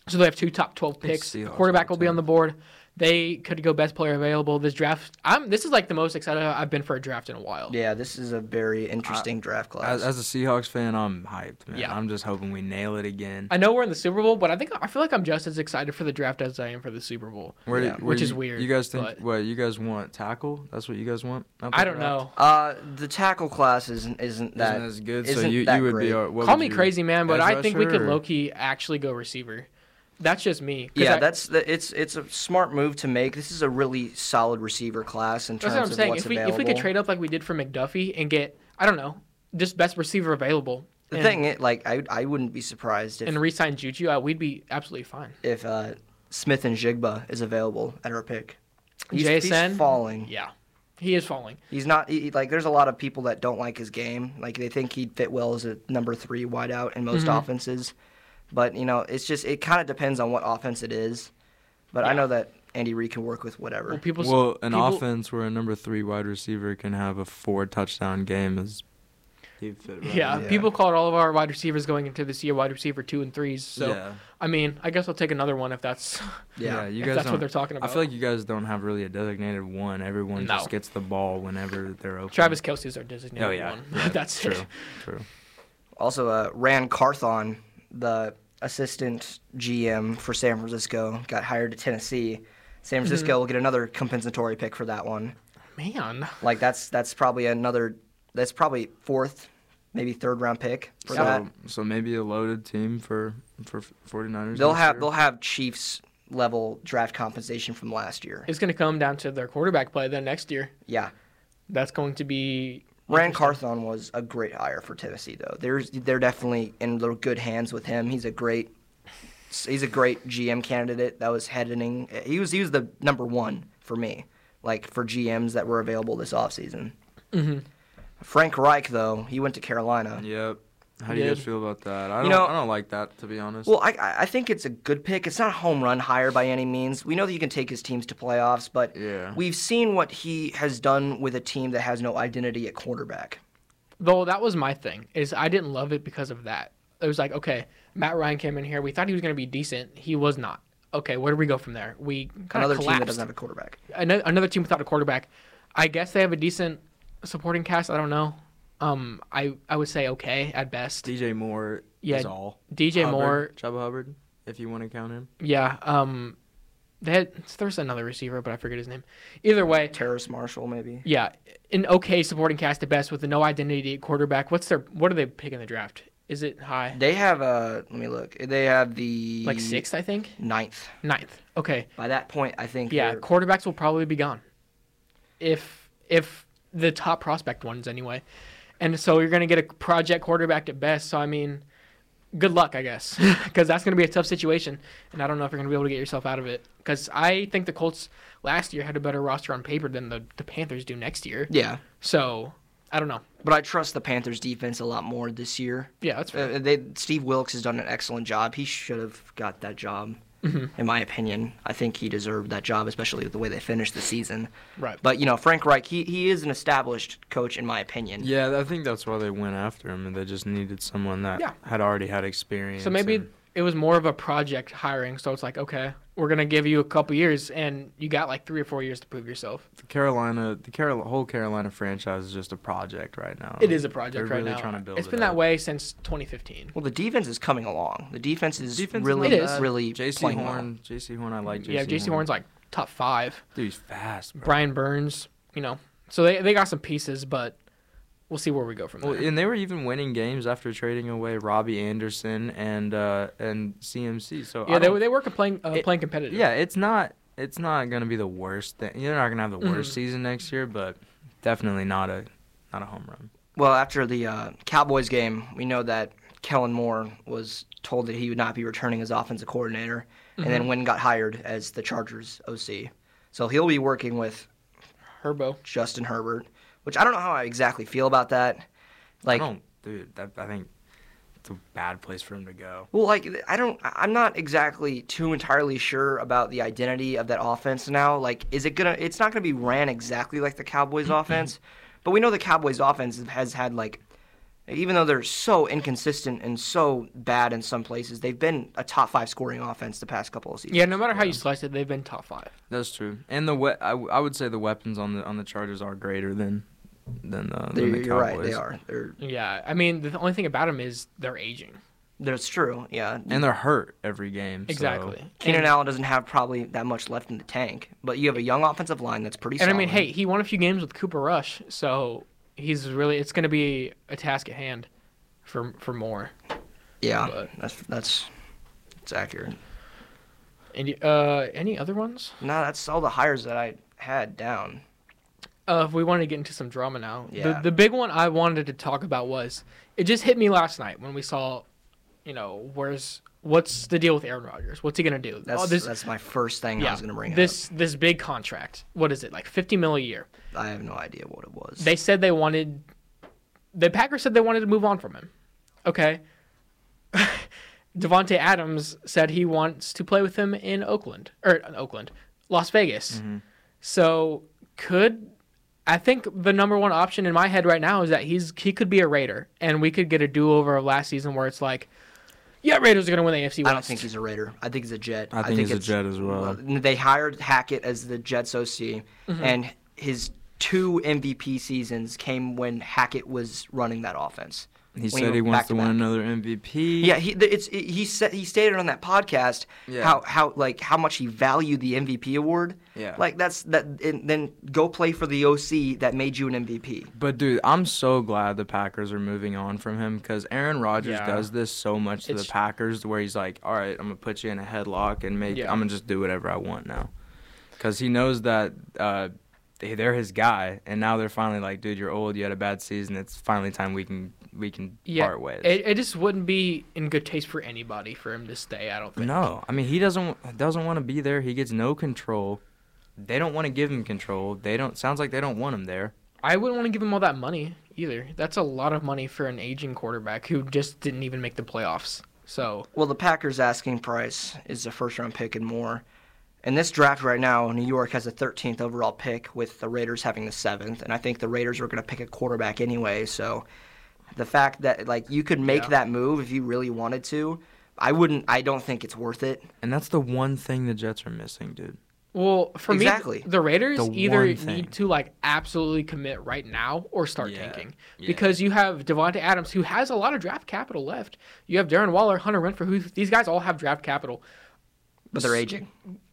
A: So they have two top twelve picks.
C: Seahawks
A: Quarterback
C: will
A: will be
C: too.
A: on the board. They could go best player available. This draft, I'm. This is like the most excited I've been for a draft in a while.
B: Yeah, this is a very interesting draft class.
C: As, as a Seahawks fan, I'm hyped, man.
A: Yeah.
C: I'm just hoping we nail it again.
A: I know we're in the Super Bowl, but I think I feel like I'm just as excited for the draft as I am for the Super Bowl.
C: Where do-
B: Yeah.
C: where
A: Which
C: you-
A: is weird,
C: You guys think
A: but-
C: what? You guys want tackle? That's what you guys want? out the
A: I don't
C: draft?
A: know.
B: uh, the tackle class isn't isn't that
C: Isn't as good. so
B: isn't
C: you,
B: that
C: you would
B: great.
C: be. What
A: Call
C: would
A: me
C: you-
A: crazy man, but
C: edge
A: I think we could
C: rusher or-
A: low key actually go receiver. That's just me. 'Cause
B: Yeah,
A: I-
B: that's the, it's it's a smart move to make. This is a really solid receiver class in
A: That's
B: terms
A: what I'm
B: of
A: saying.
B: what's
A: If we
B: available.
A: if we could trade up like we did for McDuffie and get I don't know just best receiver available.
B: the
A: and,
B: thing, it, like I I wouldn't be surprised if
A: and re-sign Juju, uh, we'd be absolutely fine.
B: if uh, Smith and Jigba is available at our pick. He's,
A: JSN?
B: he's falling.
A: Yeah, he is falling.
B: He's not he, he- like there's a lot of people that don't like his game. Like they think he'd fit well as a number three wideout in most offenses, but you know it's just it kind of depends on what offense it is. But I
A: Yeah.
B: know that Andy Reid can work with whatever.
A: Well, people.
C: Well, an
A: people-
C: offense where a number three wide receiver can have a four touchdown game is He fit right
A: Yeah,
C: in.
A: people called all of our wide receivers going into this year wide receiver two and threes. So
C: yeah.
A: I mean, I guess I'll take another one if that's
C: Yeah, you
A: if
C: guys
A: that's what
C: don't.
A: they're talking
C: I
A: about.
C: feel like you guys don't have really a designated one. Everyone
A: No.
C: just gets the ball whenever they're open.
A: Travis Kelsey's our designated
C: Oh, yeah.
A: one. <laughs>
C: Yeah,
A: that's
C: true.
A: it.
C: True.
B: Also, uh, Rand Carthon, the assistant GM for San Francisco, got hired to Tennessee. San Francisco will get another compensatory pick for that one.
A: Man,
B: Like that's that's probably another that's probably fourth, maybe third round pick for
C: so,
B: that.
C: so maybe a loaded team for for 49ers.
B: They'll
C: next
B: have
C: year?
B: they'll have Chiefs level draft compensation from last year.
A: it's going to come down to their quarterback play then next year.
B: Yeah.
A: That's going to be
B: Rand Carthon was a great hire for Tennessee, though. There's they're definitely in little good hands with him. He's a great he's a great GM candidate that was heading. He was he was the number one for me, like for GMs that were available this offseason.
A: Mhm.
B: Frank Reich, though, he went to Carolina.
C: Yep. How do
A: He
C: you
A: did.
C: guys feel about that? I don't.
B: You know-
C: I don't like that to be honest.
B: Well, I- I I think it's a good pick. It's not a home run hire by any means. We know that you can take his teams to playoffs, but
C: Yeah.
B: we've seen what he has done with a team that has no identity at quarterback.
A: though that was my thing is I didn't love it because of that. It was like, okay, Matt Ryan came in here. We thought he was going to be decent. He was not. Okay, where do we go from there? We kind
B: Another
A: of
B: team that
A: collapsed.
B: doesn't have a quarterback.
A: another, another team without a quarterback. I guess they have a decent supporting cast. I don't know. Um, I I would say okay at best.
C: DJ Moore
A: Yeah,
C: is all.
A: DJ Moore,
C: Hubbard, Chuba Hubbard, if you want to count him.
A: yeah. Um, they had there's another receiver, but I forget his name. Either way,
B: Terrace Marshall, maybe.
A: yeah, an okay supporting cast at best with a no identity at quarterback. What's their what do they pick in the draft? Is it high?
B: They have uh let me look. They have the
A: Like sixth, I think.
B: ninth.
A: Ninth. Okay.
B: By that point, I think.
A: Yeah,
B: they're-
A: quarterbacks will probably be gone. If if the top prospect ones anyway. And so you're going to get a project quarterback at best, so I mean good luck, I guess, <laughs> cuz that's going to be a tough situation and I don't know if you're going to be able to get yourself out of it cuz I think the Colts last year had a better roster on paper than the, the Panthers do next year.
B: yeah.
A: So, I don't know.
B: But I trust the Panthers defense a lot more this year.
A: Yeah, that's fair.
B: Uh, they, Steve Wilkes has done an excellent job. He should have got that job,
A: Mm-hmm.
B: in my opinion. I think he deserved that job, especially with the way they finished the season.
A: Right.
B: But you know, Frank Reich, he, he is an established coach, in my opinion.
C: Yeah, I think that's why they went after him, and they just needed someone that
A: Yeah.
C: had already had experience.
A: So maybe
C: and-
A: it was more of a project hiring, so it's like, okay, we're going to give you a couple years and you got like 3 or 4 years to prove yourself.
C: the Carolina, the Carol, whole Carolina franchise is just a project right now.
A: It is a project
C: They're
A: right
C: really
A: now.
C: Trying to build
A: it's
C: it
A: been
C: up.
A: that way since 2015.
B: Well, the defense is coming along. The defense is
C: Defense is
B: really,
A: not It is. bad.
B: really
C: JC
B: playing well.
C: Horn, JC Horn, I like. JC
A: yeah, JC
C: Horn.
A: Horn's like top five.
C: dude, he's fast, bro.
A: Brian Burns, you know. So they, they got some pieces, but we'll see where we go from there.
C: Well, and they were even winning games after trading away Robbie Anderson and uh, and CMC. So
A: yeah,
C: I
A: they,
C: don't-
A: were- they were playing uh,
C: It-
A: playing competitive.
C: yeah, it's not it's not gonna be the worst thing. You're not gonna have the worst
A: Mm-hmm.
C: season next year, but definitely not a not a home run.
B: Well, after the uh, Cowboys game, we know that Kellen Moore was told that he would not be returning as offensive coordinator, and
C: Mm-hmm.
B: then Wynn got hired as the Chargers OC. So he'll be working with
A: Herbo.
B: Justin Herbert, which I don't know how I exactly feel about that. Like,
C: I don't, dude. That, I think it's a bad place for him to go.
B: well, like I don't, I- I'm not exactly too entirely sure about the identity of that offense now. Like, is it gonna? It's not gonna be ran exactly like the Cowboys
A: Mm-hmm.
B: offense, but we know the Cowboys offense has had like even though they're so inconsistent and so bad in some places, they've been a top five scoring offense the past couple of seasons.
A: Yeah, no matter how you slice it, they've been top five.
C: That's true. And the we- I, w- I would say the weapons on the on the Chargers are greater than than, uh,
B: They're-
C: than the Cowboys.
B: you're right. They are. They're,
A: Yeah, I mean, the only thing about them is they're aging.
B: that's true. Yeah.
C: And they're hurt every game. so-
A: Exactly.
B: Keenan
A: and,
B: Allen doesn't have probably that much left in the tank, but you have a young offensive line that's pretty.
A: and I mean,
B: solid.
A: hey, he won a few games with Cooper Rush, so he's really, it's going to be a task at hand for, for more.
B: yeah,
A: but-
B: that's that's that's accurate.
A: Any, uh, any other ones?
B: No, that's all the hires that I had down.
A: uh, if we want to get into some drama now,
B: Yeah.
A: the, the big one I wanted to talk about was it just hit me last night when we saw, you know, where's what's the deal with Aaron Rodgers? What's he gonna do?
B: That's
A: Oh, this,
B: that's my first thing I was gonna bring
A: this this big contract. What is it like fifty mil a year?
B: up. I have no idea what it was.
A: They said they wanted, the Packers said they wanted to move on from him. Okay. <laughs> Devonte Adams said he wants to play with him
B: Mm-hmm.
A: in Oakland or in Oakland, Las Vegas. So could I think the number one option in my head right now is that he's he could be a Raider, and we could get a do over of last season where it's like, yeah, Raiders are going to win the AFC West.
B: I don't think he's a Raider. I think he's a Jet.
C: I think he's a Jet as well.
B: They hired Hackett as the Jets OC,
A: Mm-hmm.
B: and his two MVP seasons came when Hackett was running that offense.
C: He
B: When
C: said he
B: went
C: wants
B: back
C: to win
B: back.
C: another MVP.
B: Yeah, he th- it's he said he stated on that podcast
C: Yeah.
B: how how like how much he valued the MVP award.
C: Yeah.
B: like that's that. And then go play for the OC that made you an MVP.
C: But dude, I'm so glad the Packers are moving on from him because Aaron Rodgers
A: Yeah.
C: does this so much to
A: It's-
C: the Packers, where he's like, "All right, I'm gonna put you in a headlock and make
A: Yeah.
C: I'm gonna just do whatever I want now," because he knows that uh, they- they're his guy, and now they're finally like, "Dude, you're old. You had a bad season. It's finally time we can we can part ways."
A: It, it just wouldn't be in good taste for anybody for him to stay. I don't think.
C: no, I mean he doesn't doesn't want to be there. He gets no control. They don't want to give him control. They don't. Sounds like they don't want him there.
A: I wouldn't want to give him all that money either. That's a lot of money for an aging quarterback who just didn't even make the playoffs. So
B: Well, the Packers' asking price is a first round pick and more. In this draft right now, New York has a 13th overall pick, with the Raiders having the seventh, and I think the Raiders were going to pick a quarterback anyway. So, the fact that like you could make
A: Yeah.
B: that move if you really wanted to, I wouldn't. I don't think it's worth it.
C: And that's the one thing the Jets are missing, dude.
A: Well, for me,
B: Exactly.
A: th- the Raiders
C: The
A: either
C: one thing.
A: need to like absolutely commit right now or start
C: Yeah.
A: tanking
C: Yeah.
A: because you have Devonte Adams who has a lot of draft capital left. You have Darren Waller, Hunter Renfrew. Who, these guys all have draft capital.
B: But they're aging.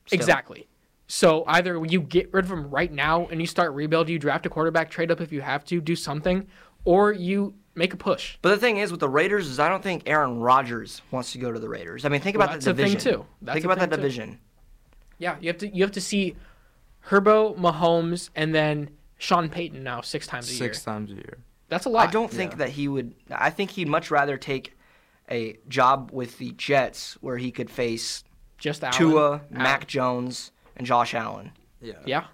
B: Still.
A: Exactly. So either you get rid of them right now and you start rebuild. You draft a quarterback, trade up if you have to, do something, or you make a push.
B: But the thing is with the Raiders is I don't think Aaron Rodgers wants to go to the Raiders. I mean, think about
A: that's
B: that
A: a thing,
B: division
A: too. That's
B: think
A: a
B: about
A: thing,
B: that
A: too.
B: division.
A: Yeah, you have to you have to see Herbo, Mahomes, and then Sean Payton now six times a
C: Six
A: year.
C: times a year.
A: That's a
B: I
A: lot.
B: don't think that he would. I think he'd much rather take a job with the Jets where he could face
A: just Allen,
B: Tua,
A: Allen.
B: Mac Jones, and Josh Allen.
C: Yeah.
A: Yeah.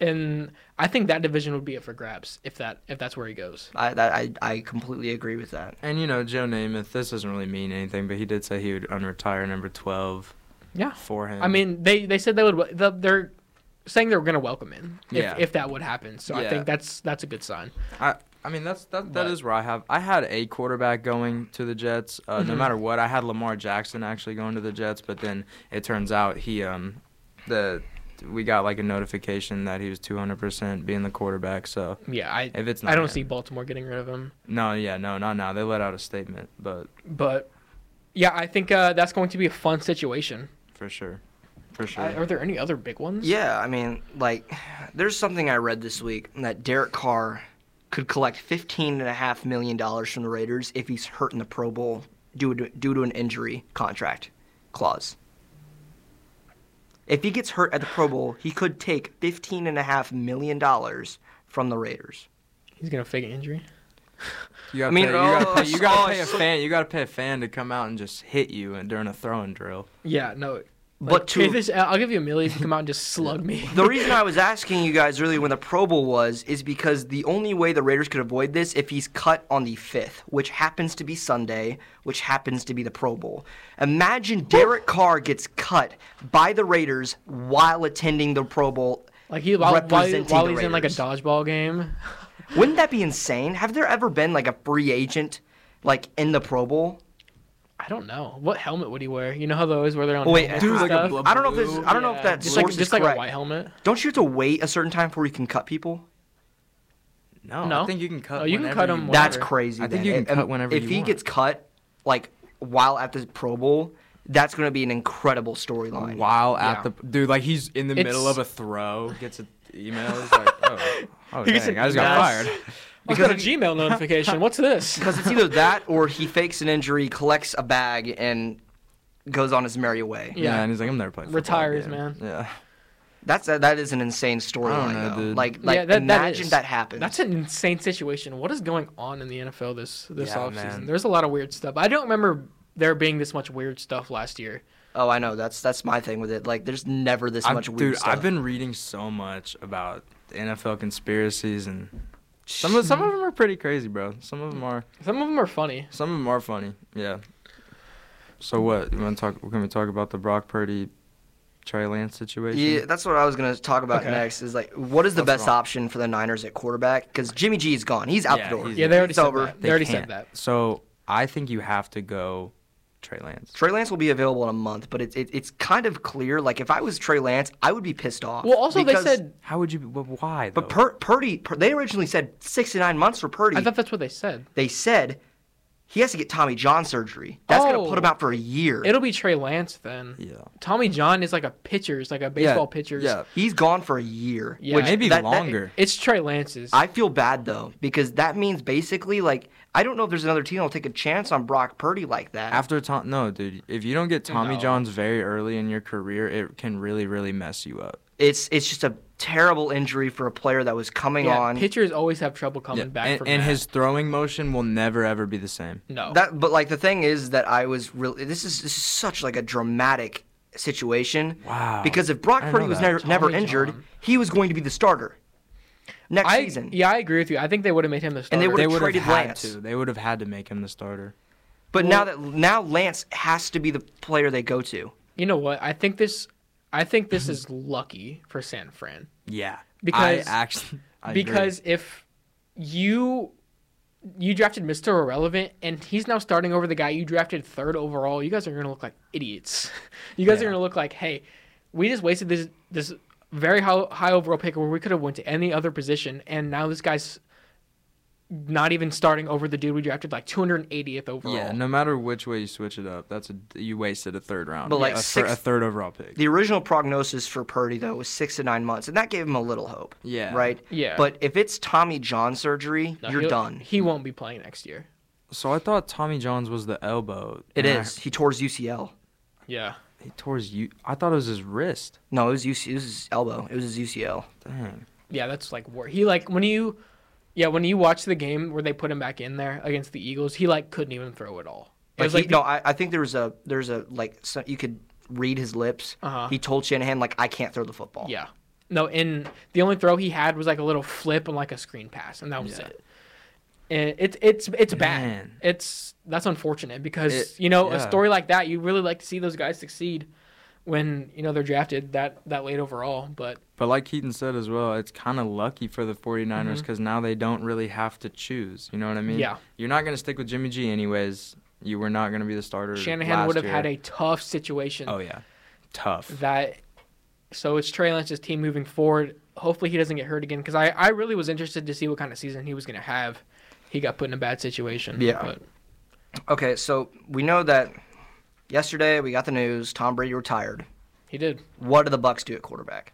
A: And I think that division would be up for grabs if that if that's where he goes.
B: I that, I I completely agree with that.
C: And you know, Joe Namath, this doesn't really mean anything, but he did say he would unretire number twelve
A: Yeah.
C: for him.
A: I mean, they they said they would wel- the, they're saying they were going to welcome him if,
C: Yeah.
A: if that would happen. So I
C: Yeah.
A: think that's that's a good sign.
C: I, I mean that's that that
A: But-
C: is where I have I had a quarterback going to the Jets. Uh,
B: Mm-hmm.
C: No matter what, I had Lamar Jackson actually going to the Jets, but then it turns out he um the we got like a notification that he was two hundred percent being the quarterback. So
A: Yeah, I
C: if it's not
A: I don't
C: him-
A: see Baltimore getting rid of him,
C: no yeah no not now they let out a statement, but
A: but yeah, I think uh, that's going to be a fun situation.
C: for sure, for sure.
A: I- are there any other big ones?
B: Yeah, I mean, like, there's something I read this week that Derek Carr could collect fifteen and a half million dollars from the Raiders if he's hurt in the Pro Bowl due to due to an injury contract clause. If he gets hurt at the Pro Bowl, he could take fifteen and a half million dollars from the Raiders.
A: He's going to fake an injury.
C: You gotta,
B: I mean,
C: pay, you, gotta
B: oh,
C: pay, you gotta
B: oh,
C: pay a
B: so-
C: fan. You gotta pay a fan to come out and just hit you and during a throwing drill.
A: Yeah, no.
B: But
A: okay,
B: to-
A: this, I'll give you a million if you come out and
B: <laughs>
A: just slug me.
B: The reason I was asking you guys really when the Pro Bowl was is because the only way the Raiders could avoid this if he's cut on the 5th, which happens to be Sunday, which happens to be the Pro Bowl. Imagine Derek Carr gets cut by the Raiders while attending the Pro Bowl.
A: Like he while, while,
B: Representing
A: while
B: the
A: he's in like a
B: Raiders.
A: dodgeball game.
B: Wouldn't that be insane? Have there ever been like a free agent like in the Pro Bowl?
A: I don't know what helmet would he wear. You know how they always wear their own.
B: Oh, wait,
A: helmets
B: dude,
A: and
C: like a
A: stuff?
C: blub-
B: I don't know if this I don't know
A: Yeah,
B: if that
A: just
B: source
A: like
B: is
A: just like
B: correct.
A: a white helmet.
B: Don't you have to wait a certain time before you can cut people?
C: No,
A: No.
C: I think you can cut.
A: No, you can
C: whenever
A: cut 'em
C: want.
B: That's
A: whatever.
B: crazy.
C: I
B: then.
C: think you can
B: If- um,
C: cut whenever
B: If
C: you
B: he
C: want.
B: gets cut, like while at the Pro Bowl, that's going to be an incredible storyline.
C: while
A: Yeah.
C: at the dude, like he's in the middle
A: It's-
C: of a throw, gets an email. He's like,
A: <laughs>
C: oh, oh
B: He gets
C: dang,
B: an
C: I just got
B: email.
C: fired.
A: Because a
B: Because if-
A: Gmail notification. What's this?
B: <laughs> Because it's either that or he fakes an injury, collects a bag, and goes on his merry way.
A: Yeah.
C: Yeah. and he's like, I'm never playing. football
A: Retires,
C: again."
A: man.
C: Yeah,
B: That's that, that is an insane storyline.
C: know,
B: though.
C: dude.
B: Like like
A: that- that
B: imagine
A: is.
B: that, happens.
A: That's an insane situation. What is going on in the NFL this this
C: Yeah,
A: offseason?
C: man.
A: There's a lot of weird stuff. I don't remember there being this much weird stuff last year.
B: oh, I know. That's that's my thing with it. Like there's never this
C: I've-
B: much
C: dude,
B: weird stuff.
C: I've been reading so much about the NFL conspiracies and some of
A: <laughs>
C: some of them are pretty crazy, bro. Some of them are.
A: Some of them are funny.
C: Some of them are funny. Yeah. So what? You want to talk? Can we talk about the Brock Purdy Trey Lance situation.
B: Yeah, that's what I was gonna talk about
A: Okay.
B: next. Is like, what is the
C: What's
B: best
C: wrong?
B: option for the Niners at quarterback? Because Jimmy G is gone. He's out
C: Yeah,
B: the door.
C: he's-
A: Yeah, they already
B: It's
A: said
B: over.
A: that. They,
C: They
A: already
C: can't.
A: said that.
C: So I think you have to go Trey Lance.
B: Trey Lance will be available in a month, but it's it, it's kind of clear. Like, if I was Trey Lance, I would be pissed off.
A: Well, also
B: because-
A: they said.
C: How would you? But why?
B: but Pur- Purdy, Pur- they originally said six to nine months for Purdy.
A: I thought that's what they said.
B: they said he has to get Tommy John surgery. That's gonna put him
A: Oh.
B: out for a year.
A: It'll be Trey Lance then.
C: Yeah.
A: Tommy John is like a pitcher's, like a baseball pitcher's.
C: Yeah.
B: He's gone for a year.
A: Yeah.
B: which
C: Maybe
B: that- that-
C: longer.
A: It's Trey Lance's.
B: I feel bad though because that means basically like I don't know if there's another team that'll take a chance on Brock Purdy like that.
C: After Tom, no, dude. If you don't get Tommy
A: No.
C: John's very early in your career, it can really, really mess you up.
B: it's it's just a terrible injury for a player that was coming
A: yeah,
B: on.
A: pitchers always have trouble coming back
C: and
A: from
C: and
A: that.
C: his throwing motion will never ever be the same.
A: no.
B: That but like the thing is that I was really this is this is such like a dramatic situation.
C: Wow.
B: Because if Brock
C: I didn't
B: Purdy
C: know
B: was
C: that.
B: never never
A: Tommy
B: injured,
A: John.
B: he was going to be the starter next
A: I
B: season.
A: yeah, I agree with you. I think they would have made him the starter.
B: would've
C: They would have
B: traded
C: had
B: Lance.
C: to. They would have had to make him the starter.
B: But now that now Lance has to be the player they go to.
A: you know what? I think this. I think this is lucky for San Fran.
C: Yeah.
A: Because-
C: I actually I agree.
A: because if you you drafted Mr. Irrelevant and he's now starting over the guy you drafted third overall, you guys are gonna look like idiots. <laughs> you guys are
C: Yeah.
A: gonna look like, hey, we just wasted this this very high, high overall pick where we could have went to any other position, and now this guy's not even starting over the dude we drafted like 280th overall.
C: yeah, no matter which way you switch it up, that's a you wasted a third round.
B: But, like,
C: a, thir-
B: sixth-
C: a third overall pick.
B: The original prognosis for Purdy though was six to nine months, and that gave him a little hope.
C: Yeah.
B: Right.
A: Yeah.
B: But if it's Tommy John surgery,
A: No,
B: you're
A: he'll-
B: done.
A: He won't be playing next year.
C: So I thought Tommy John's was the elbow.
B: It
C: and I-
B: is. He tore his UCL.
A: Yeah.
C: he tore his. U- I thought it was his wrist.
B: No, it was UC, it was his elbow. It was his UCL.
C: Dang.
A: Yeah, that's like war. He like when you, yeah, when you watch the game where they put him back in there against the Eagles, he like couldn't even throw at all. It
B: Like,
A: was
B: he,
A: like the-
B: no, I, I think there was a there's a like so you could read his lips.
A: Uh-huh.
B: He told Shanahan like I can't throw the football.
A: yeah, no, and the only throw he had was like a little flip and like a screen pass, and that was
C: Yeah.
A: it. And it's it's it's bad.
C: Man.
A: It's that's unfortunate because
C: It-
A: you know a
C: yeah.
A: story like that you really like to see those guys succeed when you know they're drafted that that late overall. But
C: But like Keaton said as well, it's kind of lucky for the 49ers because now they don't really have to choose. You know what I mean?
A: Mm-hmm. Yeah.
C: You're not going to stick with Jimmy G anyways. You were not going to be the starter.
A: Shanahan
C: last
A: would have
C: year.
A: had a tough situation.
C: Oh, yeah. Tough.
A: that so it's Trey Lance's team moving forward. Hopefully he doesn't get hurt again because I, I really was interested to see what kind of season he was going to have. He got put in a bad situation.
B: Yeah.
A: But
B: Okay, so we know that yesterday we got the news Tom Brady retired.
A: he did.
B: What do the Bucks do at quarterback?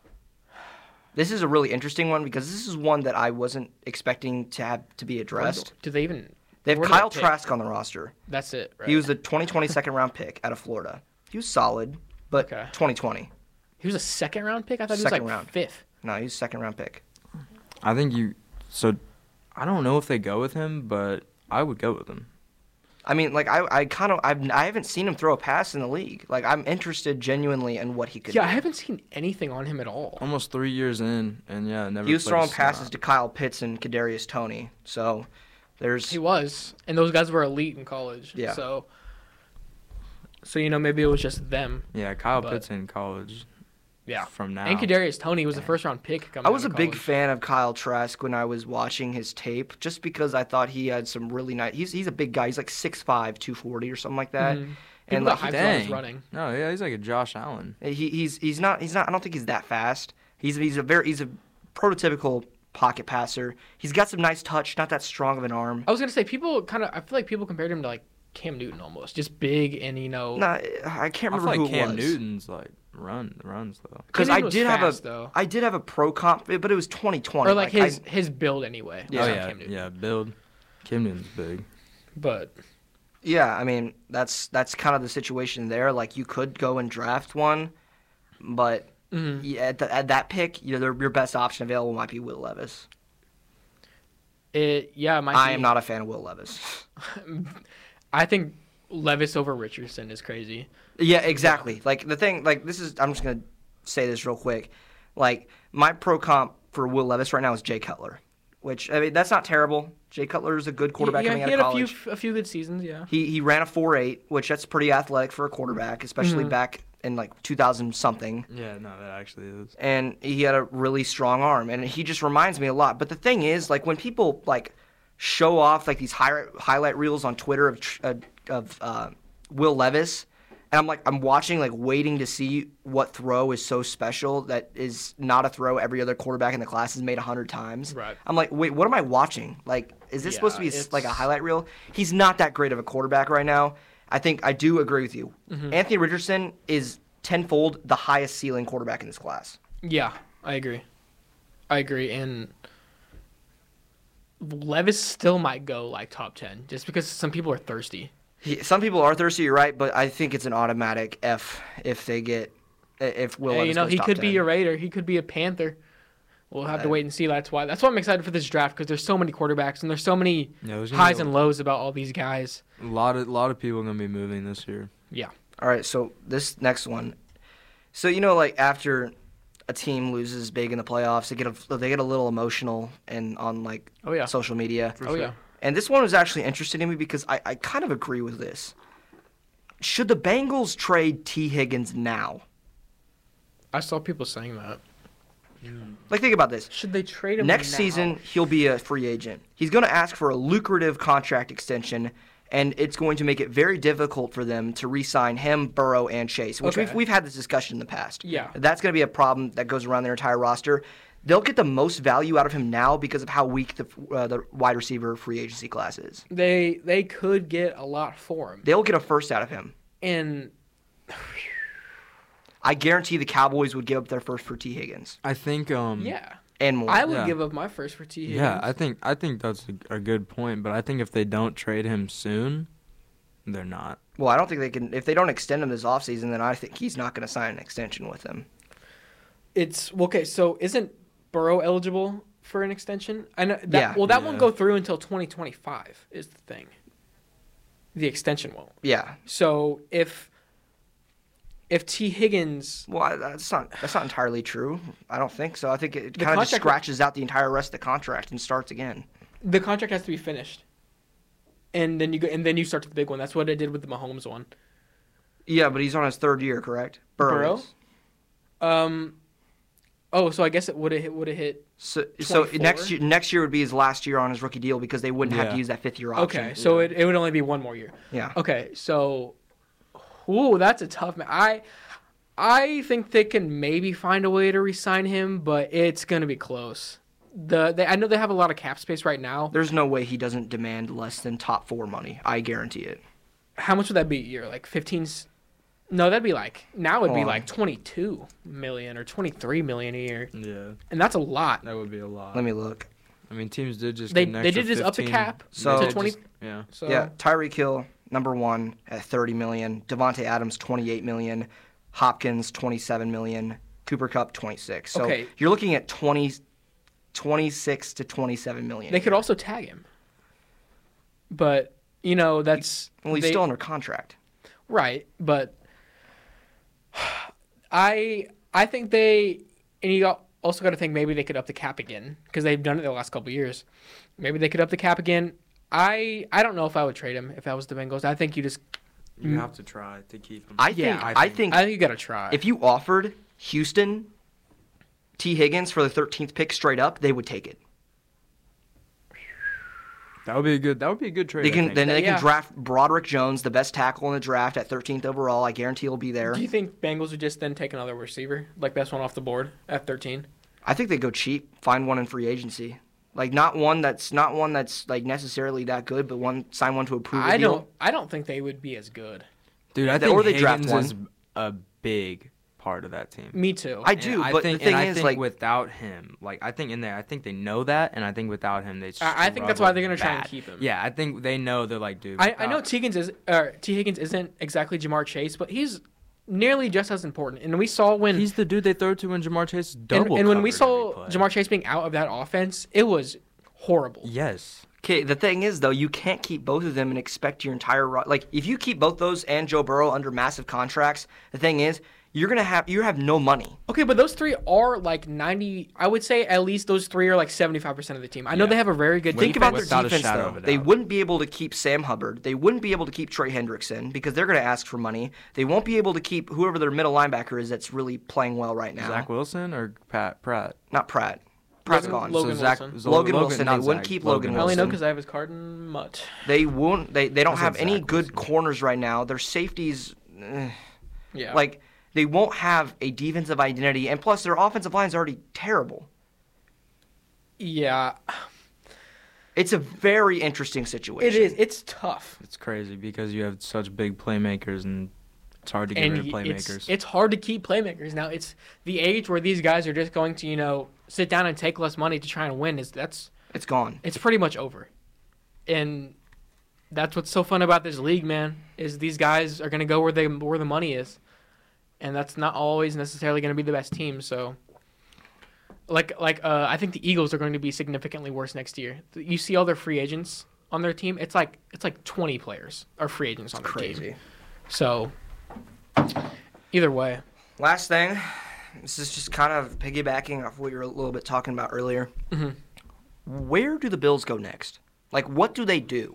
B: This is a really interesting one because this is one that I wasn't expecting to have to be addressed.
A: Do they even?
B: They have
A: where do
B: Kyle
A: pick?
B: Trask on the roster.
A: That's it. Right?
B: He was the 2020 second round pick out of Florida. He was solid, but
A: Okay.
B: 2020.
A: a second round pick. I thought he
B: Second
A: was like
B: round.
A: fifth.
B: No, he was second round pick.
C: I think you. So I don't know if they go with him, but I would go with him.
B: I mean, like I, I kind of, I've, I haven't seen him throw a pass in the league. Like I'm interested genuinely in what he could.
A: Yeah, I
B: do.
A: haven't seen anything on him at all.
C: Almost three years in, and yeah, never.
B: he was
C: played a
B: throwing
C: snap.
B: passes to Kyle Pitts and Kadarius Tony. So there's,
A: He was, and those guys were elite in college.
B: Yeah.
A: So. So you know maybe it was just them.
C: Yeah, Kyle
A: but-
C: Pitts in college.
A: Yeah.
C: From now.
A: And Kadarius Tony was the first round pick. Coming
B: I was
A: out
B: a
A: of
B: big
A: college.
B: fan of Kyle Trask when I was watching his tape, just because I thought he had some really nice. He's he's a big guy. He's like 6'5", 240 or something like that.
A: Mhm.
B: And
A: People
B: like
A: got hyped when he was
C: Dang.
A: running.
C: No, yeah, he's like a Josh Allen.
B: He, he's he's not he's not. I don't think he's that fast. He's he's a very he's a prototypical pocket passer. He's got some nice touch. Not that strong of an arm.
A: I was gonna say people kind of. I feel like people compared him to like Cam Newton almost, just big and you know.
B: Nah, I can't
C: I feel
B: remember
C: like
B: who it
C: Cam
B: was.
C: Newton's like run runs though.
B: Because
A: Cam
B: I
A: Newton was
B: did have a
A: fast, though.
B: I did have a pro comp, but it was 2020.
A: or like,
B: I-
A: his his build anyway.
B: Yeah.
A: It's
C: oh,
A: not
C: yeah,
A: Cam Newton.
C: yeah, build. Cam Newton's big.
A: But
B: yeah, I mean that's that's kind of the situation there. Like you could go and draft one, but
A: Mm-hmm.
B: yeah, at, the, at that pick, you know, their- your best option available might be Will Levis.
A: it yeah, it might
B: I
A: be-
B: am not a fan of Will Levis. <laughs>
A: I think Levis over Richardson is crazy.
B: Yeah, exactly. Like the thing, like this is. I'm just gonna say this real quick. Like my pro comp for Will Levis right now is Jay Cutler, which I mean that's not terrible. Jay Cutler is a good quarterback
A: yeah,
B: coming
A: he
B: out
A: had
B: of
A: a
B: college.
A: few a few good seasons. Yeah.
B: He he ran a four eight, which that's pretty athletic for a quarterback, especially back in like 2000 something
C: Yeah, no, that actually is.
B: and he had a really strong arm and he just reminds me a lot but the thing is like when people like show off like these high, highlight reels on twitter of tr- uh, of uh, will levis and i'm like i'm watching like waiting to see what throw is so special that is not a throw every other quarterback in the class has made 100 times
A: Right.
B: i'm like wait what am i watching like is this supposed to be
A: Yeah,
B: a s like a
A: it's-
B: highlight reel he's not that great of a quarterback right now i think i do agree with you
A: Mm-hmm.
B: anthony richardson is tenfold the highest ceiling quarterback in this class
A: Yeah, I agree. I agree, and Levis still might go like top ten just because some people are thirsty.
B: He, some people are thirsty, you're right, but I think it's an automatic F if they get if Will.
A: Hey,
B: Levis
A: you know,
B: goes
A: he
B: top
A: could
B: 10.
A: be a Raider. He could be a Panther. We'll have to wait and see. That's why. That's why I'm excited for this draft because there's so many quarterbacks and there's so many
C: Yeah, there's gonna be
A: highs
C: a-
A: and lows about all these guys.
C: A lot of lot of people gonna be moving this year.
A: Yeah.
B: All right, so this next one. So you know, like after a team loses big in the playoffs, they get a they get a little emotional and on like
A: Oh, yeah.
B: social media.
A: oh yeah.
B: And this one was actually interesting to me because I, I kind of agree with this. Should the Bengals trade T Higgins now?
A: I saw people saying that.
B: Like think about this.
A: Should they trade him
B: Next
A: now?
B: season, he'll be a free agent. He's going to ask for a lucrative contract extension, and it's going to make it very difficult for them to re sign him, Burrow, and Chase, which
A: Okay.
B: we've, we've had this discussion in the past.
A: Yeah.
B: That's going to be a problem that goes around their entire roster. They'll get the most value out of him now because of how weak the, uh, the wide receiver free agency class is.
A: They they could get a lot for him.
B: They'll get a first out of him.
A: And
B: I guarantee the Cowboys would give up their first for T. Higgins
C: I think. Um,
A: yeah,
B: and more.
A: I would
C: Yeah.
A: give up my first for T. Higgins.
C: Yeah, I think I think that's a, a good point. But I think if they don't trade him soon, they're not.
B: well, I don't think they can. If they don't extend him this offseason, then I think he's not going to sign an extension with them.
A: It's well, okay. So isn't Burrow eligible for an extension? I know that,
B: Yeah.
A: Well, that won't
C: Yeah.
A: go through until 2025. Is the thing. The extension won't.
B: Yeah.
A: So if if T Higgins,
B: Well, I- that's not that's not entirely true. I don't think so. I think it
A: The
B: kind of just
A: contract-
B: scratches out the entire rest of the contract and starts again.
A: the contract has to be finished, and then you go, and then you start the big one. That's what I did with the Mahomes one.
B: Yeah, but he's on his third year, correct?
A: Burrow?
B: is.
A: Um, oh, so I guess it would have hit would have hit.
B: So, so
A: 24?
B: next year, next year would be his last year on his rookie deal because they wouldn't have to
C: Yeah.
B: use that fifth year option.
A: Okay, so it, it would only be one more year.
B: Yeah.
A: Okay, so, ooh, that's a tough man. I, I think they can maybe find a way to re-sign him, but it's gonna be close. The they, I know they have a lot of cap space right now.
B: There's no way he doesn't demand less than top four money. I guarantee it.
A: How much would that be a year? Like 15? No, that'd be like now it'd be
B: Oh.
A: like 22 million or 23 million a year,
C: Yeah,
A: and that's a lot.
C: that would be a lot.
B: Let me look.
C: I mean, teams did just
A: They-
C: get an
A: they
C: extra
A: did just up the
C: 15.
A: cap
B: So-
C: They
B: to
C: did
A: 20
C: just- yeah,
A: So
B: yeah, Tyreek Hill number one at 30 million. Devonte Adams 28 million. Hopkins 27 million. Cooper Cup 26. So
A: Okay.
B: you're looking at 20, 26 to 27 million.
A: they could also tag him. But you know that's
B: Well, he's
A: they-
B: still under contract.
A: Right, but <sighs> I I think they and you al- also got to think maybe they could up the cap again because they've done it the last couple years. Maybe they could up the cap again. I I don't know if I would trade him if I was the Bengals. I think you just
C: you
A: Mm.
C: have to try to keep him.
B: I
A: Yeah,
B: think.
C: I
B: I think,
A: I think you got to try.
B: if you offered Houston T Higgins for the 13th pick straight up, they would take it.
C: that would be a good. That would be a good trade.
B: They
C: I
B: can
C: think.
B: then they
A: Yeah.
B: can draft Broderick Jones, the best tackle in the draft at 13th overall. I guarantee he'll be there.
A: Do you think Bengals would just then take another receiver like best one off the board at thirteen?
B: I think they go cheap, find one in free agency. Like not one that's not one that's like necessarily that good, but one sign one to approve.
A: I don't I don't think they would be as good.
C: dude. I
B: They-
C: think
B: or they draft
C: Higgins is a big part of that team.
A: Me too.
B: I
C: And
B: do,
C: I
B: but
C: think,
B: the thing
C: and I
B: is,
C: think
B: like,
C: without him, like I think in there, I think they know that, and I think without him, they.
A: I- I think that's why they're gonna
C: struggle
A: try and
C: bad.
A: keep him.
C: Yeah, I think they know they're like, dude.
A: I, I know
C: without-
A: T Higgins is or T Higgins isn't exactly Jamar Chase, but he's nearly just as important. And we saw when
C: he's the dude they throw to when Jamar Chase
A: and,
C: double.
A: and when we saw
C: covered every play.
A: Jamar Chase being out of that offense, it was horrible.
C: yes,
B: Okay, the thing is though, you can't keep both of them and expect your entire ro- like if you keep both those and Joe Burrow under massive contracts. The thing is, you're gonna have you have no money.
A: Okay, but those three are like 90. I would say at least those three are like 75% of the team. I know
C: Yeah.
A: they have a very good
B: Think about
A: defense.
B: their
C: Without a
B: defense,
C: shadow
B: though.
C: of a
B: They
C: doubt.
B: wouldn't be able to keep Sam Hubbard. They wouldn't be able to keep Trey Hendrickson because they're going to ask for money. They won't be able to keep whoever their middle linebacker is that's really playing well right now.
C: Zach Wilson or Pat Pratt?
B: Not Pratt. Pratt's
A: Logan-
B: gone.
A: Logan
C: so Zach
A: Wilson.
C: so
B: Logan Wilson,
C: not
B: they wouldn't
C: Zach,
B: keep Logan
A: I only know
B: Wilson.
A: because I have his card in Mutt.
B: They won't. They they don't
C: That's
B: have any
C: Zach
B: good corners right now. Their safeties, eh,
A: Yeah.
B: like they won't have a defensive identity, and plus their offensive line's already terrible.
A: yeah.
B: It's a very interesting situation.
A: It is. It's tough.
C: It's crazy because you have such big playmakers and it's hard to get
A: And
C: rid of
A: y-
C: playmakers.
A: it's, it's hard to keep playmakers now. It's the age where these guys are just going to, you know, sit down and take less money to try and win. Is that's
B: It's gone.
A: it's pretty much over. And that's what's so fun about this league, man, is these guys are going to go where they where the money is. And that's not always necessarily going to be the best team, so like like uh, I think the Eagles are going to be significantly worse next year. You see all their free agents on their team, it's like it's like 20 players are free agents on their team.
B: Crazy.
A: So either way,
B: Last thing, this is just kind of piggybacking off what you were a little bit talking about earlier.
A: Mm-hmm.
B: Where do the Bills go next? Like, what do they do?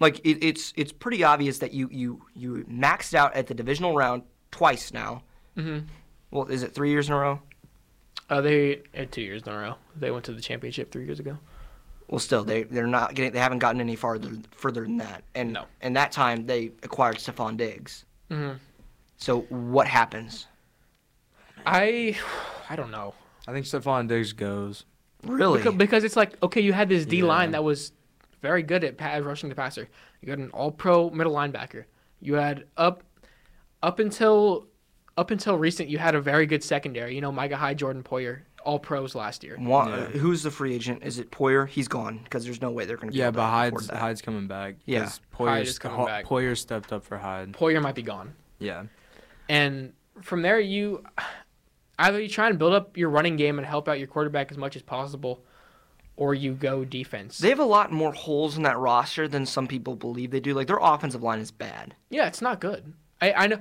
B: Like, it, it's it's pretty obvious that you you you maxed out at the divisional round twice now.
A: Mhm.
B: Well, is it three years in a row?
A: uh, they had two years in a row. They went to the championship 3 years ago.
B: Well, still they they're not getting they haven't gotten any farther further than that. And
A: No.
B: and that time they acquired Stephon Diggs.
A: Mhm.
B: So what happens?
A: I I don't know.
C: I think Stephon Diggs goes.
B: Really?
A: Because, because it's like, okay, you had this D line
C: Yeah.
A: that was very good at pa- rushing the passer. You had an all pro middle linebacker. You had up up until up until recent you had a very good secondary. You know, Micah High, Jordan Poyer, all pros last year.
B: Wa-
C: Yeah.
B: Who's the free agent? Is it Poyer? He's gone because there's no way they're going to.
C: Yeah,
B: able to
C: but
B: afford
C: Hyde's,
B: that.
C: Hyde's coming back.
B: Yeah.
C: 'cause
A: Hyde
C: Poyer,
A: is
C: st-
A: coming
C: Ho-
A: back.
C: Poyer stepped up for Hyde.
A: Poyer might be gone.
C: Yeah.
A: And from there you either you try and build up your running game and help out your quarterback as much as possible, or you go defense.
B: They have a lot more holes in that roster than some people believe they do. Like their offensive line is bad.
A: Yeah, it's not good. I, I know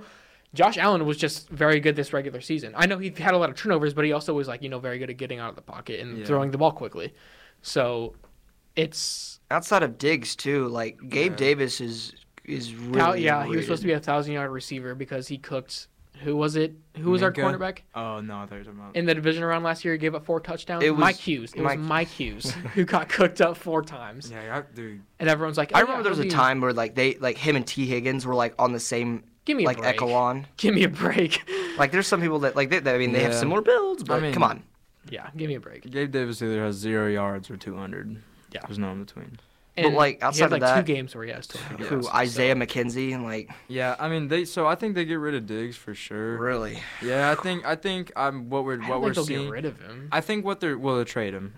A: Josh Allen was just very good this regular season. I know he had a lot of turnovers, but he also was like, you know, very good at getting out of the pocket and
C: Yeah.
A: throwing the ball quickly. So it's
B: Outside of Diggs too, like Gabe Davis is is really.
A: Cal- yeah, he was
B: underrated.
A: supposed to be a thousand yard receiver because he cooked who was it? Who was
C: Minka?
A: our cornerback?
C: Oh, no, I thought you were talking about.
A: In the division round last year, he gave up four touchdowns.
B: It was
A: Mike Hughes. It
B: Mike-
A: was Mike
B: <laughs>
A: Hughes who got cooked up four times.
C: yeah, yeah, dude.
A: And everyone's like,
B: I
A: oh,
B: remember
A: yeah,
B: there was
A: he'll
B: a
A: be-
B: time where like they like him and T Higgins were like on the same
A: Give me a
B: like
A: break.
B: echelon.
A: <laughs> Give me a break. <laughs>
B: Like there's some people that like they, I mean they have
C: Yeah.
B: similar builds, but
C: mean-
B: come on.
A: yeah, give me a break.
C: Gabe Davis either has zero yards or 200.
A: Yeah.
C: There's no in between.
B: But, like,
A: he
B: outside
A: had,
B: of
A: like
B: that-
A: two games where he has two
B: <sighs>
A: yards.
B: Who
A: so-
B: Isaiah McKenzie and like
C: Yeah, I mean, they. so I think they get rid of Diggs for sure.
B: really
C: Yeah, I think I think I'm what we're
A: I
C: what
A: don't
C: we're
A: think they'll
C: seeing.
A: get rid of him.
C: I think what they're well they trade him.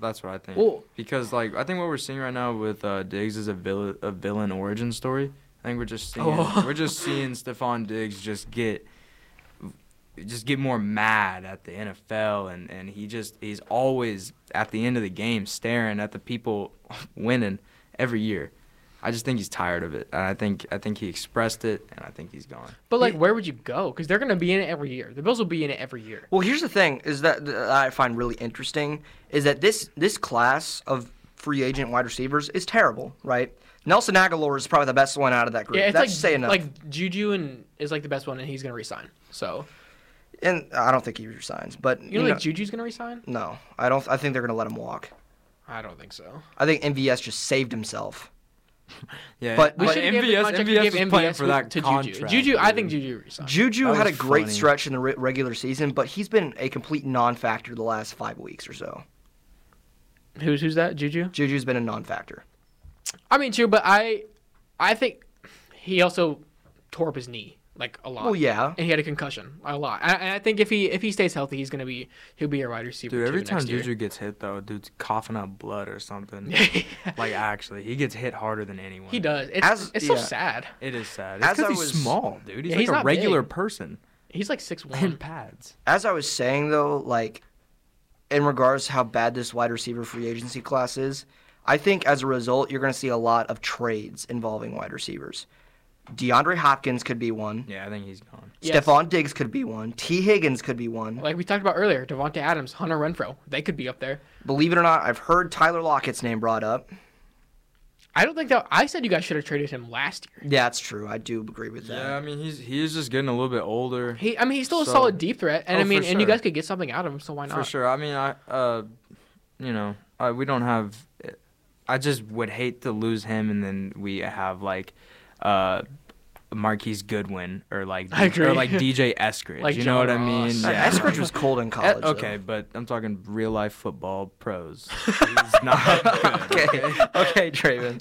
C: That's what I think.
A: Well-
C: because like I think what we're seeing right now with uh, Diggs is a villain a villain origin story. I think we're just seeing
A: Oh. <laughs>
C: we're just seeing Stephon Diggs just get just get more mad at the NFL and and he just he's always at the end of the game staring at the people <laughs> winning every year. I just think he's tired of it. And I think I think he expressed it and I think he's gone.
A: But like, where would you go? Because they're gonna be in it every year. The Bills will be in it every year.
B: Well, here's the thing: is that that I find really interesting is that this this class of free agent wide receivers is terrible, right? Nelson Aguilar is probably the best one out of that group.
A: Yeah, it's
B: That's
A: like
B: saying enough.
A: like Juju and is like the best one, and he's gonna resign. So
B: and I don't think he resigns, but
A: you know, like Juju's gonna resign?
B: no, I don't. I think they're gonna let him walk.
A: I don't think so.
B: I think MVS just saved himself.
C: Yeah,
B: But-
A: We
B: But
A: should give the contract
C: MVS
A: we
C: was
A: gave
C: playing
A: MVS for that to Juju. Juju, I
C: dude.
A: think Juju resigns.
B: Juju
C: That
B: had a
C: was
B: great
C: funny.
B: stretch in the re- regular season, but he's been a complete non-factor the last five weeks or so.
A: Who's who's that? Juju?
B: Juju's been a non-factor.
A: I mean, true, but I, I think he also tore up his knee like a lot.
B: Well, yeah.
A: and he had a concussion a lot. I, and I think if he if he stays healthy, he's gonna be he'll be a wide receiver.
C: Dude, every
A: too
C: time
A: next year.
C: Juju gets hit, though, dude's coughing up blood or
A: <laughs>
C: something. like, actually, he gets hit harder than anyone.
A: he does. It's
B: As-
A: it's so
B: yeah.
A: sad.
C: It is sad.
B: As
C: It's
B: I
C: because he's
B: was-
C: small, dude. He's
A: Yeah,
C: like
A: he's
C: a
A: not
C: regular
A: big.
C: person
A: He's like
C: <laughs>
A: six
C: in
A: one.
C: pads.
B: as I was saying though, like in regards to how bad this wide receiver free agency class is, I think as a result you're going to see a lot of trades involving wide receivers. DeAndre Hopkins could be one.
C: Yeah, I think he's gone.
A: Yes.
B: Stephon Diggs could be one. T. Higgins could be one.
A: Like we talked about earlier, Devonta Adams, Hunter Renfro, they could be up there.
B: Believe it or not, I've heard Tyler Lockett's name brought up.
A: I don't think that I said you guys should have traded him last year.
B: Yeah, that's true. I do agree with that.
C: Yeah, I mean he's he is just getting a little bit older.
A: He, I mean, he's still a
C: So-
A: solid deep threat, and
C: Oh,
A: I
C: for
A: mean, and you
C: sure.
A: guys could get something out of him, so why not?
C: For sure. I mean, I, uh, you know, I, we don't have. I just would hate to lose him, and then we have like, uh, Marquise Goodwin or like
A: I
C: or
A: agree.
C: like DJ Eskridge.
A: Like
C: you
A: John
C: know what I mean?
A: Ross.
B: Uh, Eskridge was cold in
C: Eh,
B: college. though.
C: okay, but I'm talking real life football
A: <laughs>
C: pros. He's not good.
B: okay, okay, Draven.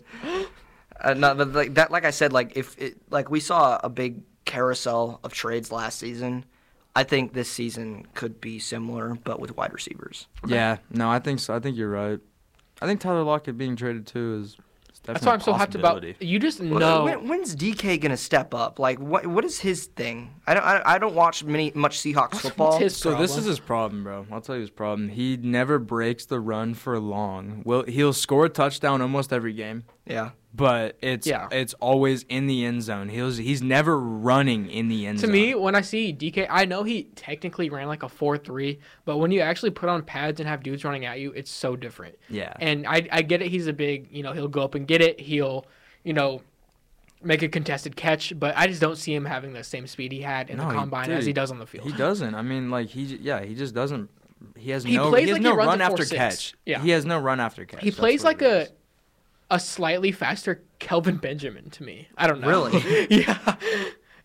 B: Uh, no, but like that, like I said, like if it, like we saw a big carousel of trades last season, I think this season could be similar, but with wide receivers.
C: Yeah, no, I think so. I think you're right. I think Tyler Lockett being traded too is. is
A: That's
C: definitely
A: why
C: a
A: I'm so hyped about.
C: possibility.
A: You just
B: Well,
A: know.
B: When, when's DK gonna step up? Like, what what is his thing? I don't I, I don't watch many much Seahawks football.
A: his-
C: So this
A: problem.
C: is his problem, bro. I'll tell you his problem. He never breaks the run for long. Well, he'll score a touchdown almost every game,
B: Yeah,
C: but it's
A: Yeah.
C: it's always in the end zone. He's he's never running in the end
A: To
C: zone.
A: me, when I see DK, I know he technically ran like a 4 3, but when you actually put on pads and have dudes running at you, it's so different.
C: Yeah.
A: And I, I get it. He's a big, you know, he'll go up and get it. He'll, you know, make a contested catch, but I just don't see him having the same speed he had in
C: No,
A: the
C: he-
A: combine
C: dude,
A: as he does on the field.
C: he doesn't. I mean, like he j- yeah, he just doesn't. He has
A: He
C: no.
A: plays
C: he has
A: like he
C: no
A: runs
C: run
A: a
C: after
A: 4.6.
C: catch.
A: Yeah.
C: He has no run after catch.
A: He
C: That's
A: plays like
C: what it
A: a
C: is.
A: a slightly faster Kelvin Benjamin to me. I don't know.
B: Really?
A: <laughs> yeah.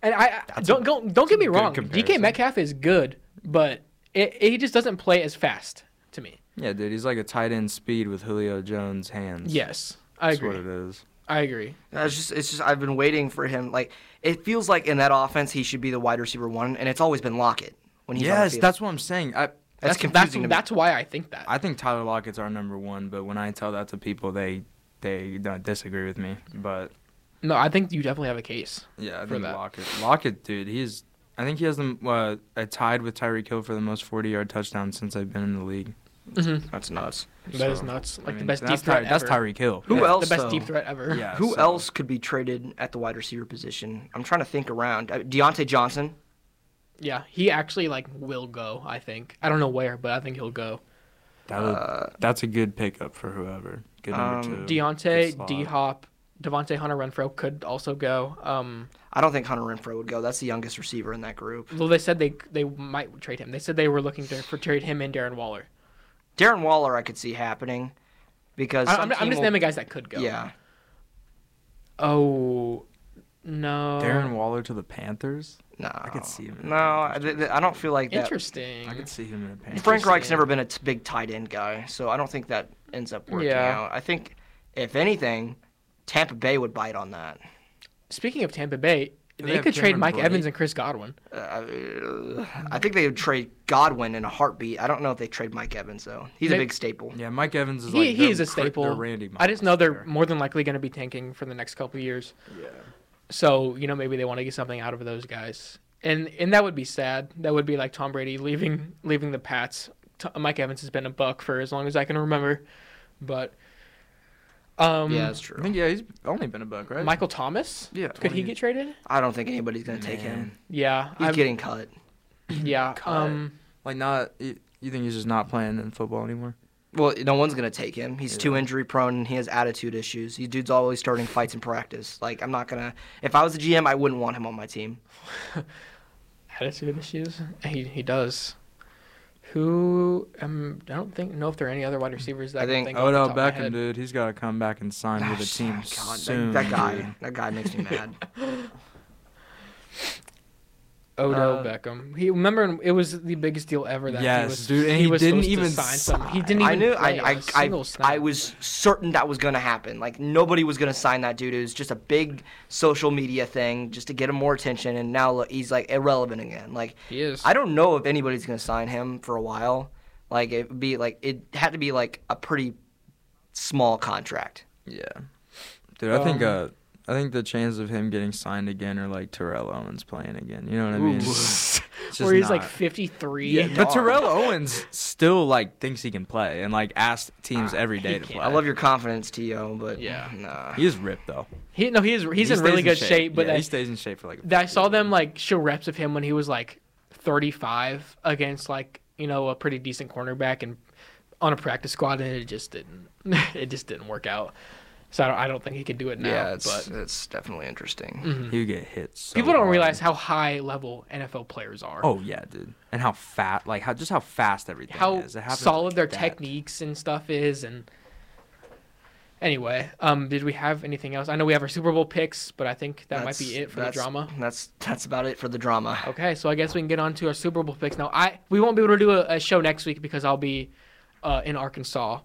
A: And I I- don't don't don't get me
C: good
A: wrong. DK
C: comparison.
A: Metcalf is good, but it, it, he just doesn't play as fast to me.
C: Yeah, dude. He's like a tight end speed with Julio Jones' hands.
A: Yes, I
C: That's
A: agree.
C: what it is.
A: I agree.
B: it's just it's just I've been waiting for him. Like, it feels like in that offense he should be the wide receiver one, and it's always been Lockett when he's on the
C: Yes,
B: field.
C: that's what I'm saying. I,
A: That's
B: that's confusing to me.
A: that's why I think that.
C: I think Tyler Lockett's our number one, but when I tell that to people, they they don't disagree with me. But
A: no, I think you definitely have a case.
C: yeah, I
A: For
C: think
A: that.
C: Lockett, Lockett, dude, he's. I think he has them uh, uh, tied with Tyreek Hill for the most 40-yard touchdowns since I've been in the league.
B: that's nuts.
A: That is
C: So,
A: nuts. Like
C: I mean,
A: the best deep
C: that's
A: threat
C: Ty-
A: ever.
C: That's Tyreek Hill.
B: Who
C: Yeah.
B: else?
A: The best
B: though?
A: deep threat ever.
C: Yeah,
B: Who
C: so-
B: else could be traded at the wide receiver position? I'm trying to think around. Uh, Deontay Johnson.
A: <laughs> Yeah. He actually like will go. I think. I don't know where, but I think he'll go.
C: That would- that's a good pickup for whoever. Good number
B: um,
C: two. Good
A: Deontay,
C: slot.
A: D Hop, Devontae Hunter Renfro could also go. Um,
B: I don't think Hunter Renfro would go. That's the youngest receiver in that group.
A: well, they said they they might trade him. They said they were looking to for trade him and Darren Waller.
B: Darren Waller, I could see happening because
A: I,
B: some
A: I'm, I'm
B: team
A: just
B: will-
A: naming guys that could go.
B: Yeah,
A: Oh no.
C: Darren Waller to the Panthers.
B: no,
C: I could see him in
B: No,
C: the
B: I,
C: Panthers.
B: th- I don't feel like that.
A: Interesting.
C: I could see him in a Panthers.
B: Frank Reich's
A: Interesting.
B: never been a t- big tight end guy, so I don't think that ends up working
A: Yeah.
B: out. I think if anything, Tampa Bay would bite on that.
A: Speaking of Tampa Bay,
C: They
A: they,
C: have
A: could trade
C: Cameron
A: Mike
C: Brate.
A: Evans and Chris Godwin.
B: Uh, I think they would trade Godwin in a heartbeat. I don't know if they trade Mike Evans though. He's a
A: May-
B: big staple.
C: Yeah, Mike Evans is
A: He,
C: like
A: he
C: their
A: is a
C: cri- their
A: staple.
C: Randy
A: I just
C: Moss
A: know they're
C: there.
A: more than likely going to be tanking for the next couple years. So you know maybe they want to get something out of those guys, and and that would be sad. That would be like Tom Brady leaving leaving the Pats. T- Mike Evans has been a buck for as long as I can remember, but um,
B: yeah, that's
C: I
B: true.
C: think yeah, he's only been a buck, right?
A: Michael Thomas.
C: Yeah,
A: could he
C: 20
A: get traded?
B: I don't think anybody's gonna take him.
A: Yeah,
B: He's
A: I'm-
B: getting cut.
A: yeah.
C: cut.
A: Um,
C: Like not you, you think he's just not playing in football anymore?
B: Well, no one's gonna take him. He's too injury prone and he has attitude issues. He dude's always starting fights in practice. Like I'm not gonna. If I was a GM, I wouldn't want him on my team.
A: attitude issues. He he does. Who um, I don't think know if there are any other wide receivers that
B: I
A: I,
B: think
A: can think. off the
C: Odell
A: top of my
C: Oh, Beckham,
A: head.
C: dude, he's got to come back and sign with a team
B: God, that-
C: soon.
B: that,
C: dude.
B: guy, that guy makes
C: <laughs>
B: me mad.
A: Odell
B: Uh,
A: Beckham. He remember it was the biggest deal ever that he
C: Yes,
A: was.
C: dude, and he
A: was
C: didn't
A: supposed
C: even
A: to sign something. He
C: sign.
A: didn't even.
B: I knew.
A: play
B: I,
A: a
B: I,
A: single
B: I,
A: snap. <laughs>
B: I was certain that was gonna happen. Like nobody was gonna sign that dude. It was just a big social media thing just to get him more attention. And now look, he's like irrelevant again. Like
A: He is.
B: I don't know if anybody's gonna sign him for a while. Like it'd be like it had to be like a pretty small contract.
C: Yeah, dude, I think uh,
A: Um,
C: I think the chances of him getting signed again are like Terrell Owens playing again. You know what I mean?
A: Ooh.
C: so just
A: where he's like
C: not-
A: 53.
C: Yeah, but
B: dog.
C: Terrell Owens still like thinks he can play and like asks teams
A: Ah,
C: every day
A: he
C: to
A: can't.
C: play.
B: I love your confidence, T.O., but
A: Yeah.
B: nah.
C: He is ripped though.
A: He, no, he is, he's
C: He
A: in
C: stays
A: really good shape, but
C: Yeah, he
A: that,
C: stays in shape for like.
A: that I saw them like show reps of him when he was like 35 against like, you know, a pretty decent cornerback and on a practice squad, and it just didn't, <laughs> it just didn't work out. So I don't, I don't think he could do it now.
B: yeah, it's,
A: but Mm-hmm.
B: it's definitely interesting.
C: He would get hit. So
A: people don't
C: hard.
A: realize how high level NFL players are.
C: Oh yeah, dude, and how fat, like how just how fast everything
A: how
C: is. It happens
A: solid
C: like
A: their
C: that.
A: techniques and stuff is and anyway um did we have anything else i know we have our super bowl picks but i think that might be
B: That's-
A: it for the
B: that's-
A: drama
B: That's that's about it for the drama.
A: okay so i guess we can get on to our super bowl picks now i we won't be able to do a, a show next week because i'll be uh, in arkansas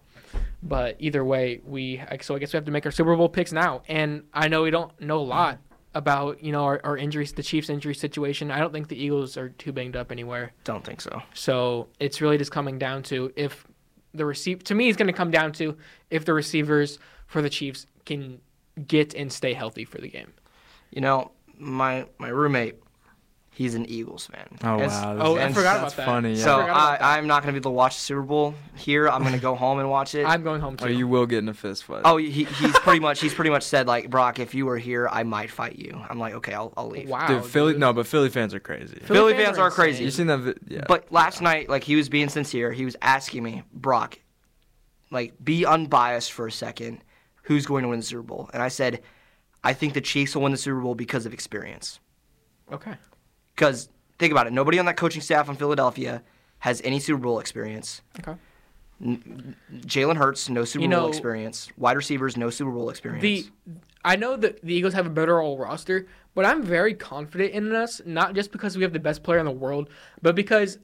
A: but either way we so i guess we have to make our super bowl picks now and i know we don't know a lot about you know our, our injuries the chiefs injury situation i don't think the eagles are too banged up anywhere
B: Don't think so.
A: so it's really just coming down to if the receive to me it's going to come down to if the receivers for the Chiefs can get and stay healthy for the game.
B: You know, my my roommate, he's an Eagles fan.
C: Oh
B: And s-
C: wow.
A: oh, I
C: that's-
A: forgot
C: that's
A: about that.
C: Funny. Yeah.
B: So
A: I forgot about
B: I, I'm not gonna be able to watch the Super Bowl here. I'm gonna go home and watch it.
A: I'm going home too.
C: oh, you will get in a fist fight.
B: Oh, he, he's pretty much he's pretty much said like Brock, if you were here, I might fight you. I'm like, okay, I'll, I'll leave.
A: wow,
C: dude, Philly. No, but Philly fans are crazy.
A: Philly
B: Philly
A: fans
B: fans
A: are
B: are
A: insane.
B: crazy.
C: you seen that? vi- Yeah.
B: But last night, like he was being sincere. He was asking me, Brock, like be unbiased for a second. Who's going to win the Super Bowl? And I said, I think the Chiefs will win the Super Bowl because of experience.
A: Okay.
B: Because think about it, nobody on that coaching staff in Philadelphia has any Super Bowl experience.
A: Okay.
B: Jalen Hurts, no Super
A: You know-
B: Bowl experience. Wide receivers, no Super Bowl experience.
A: The I know that the Eagles have a better all roster, but I'm very confident in us, not just because we have the best player in the world, but because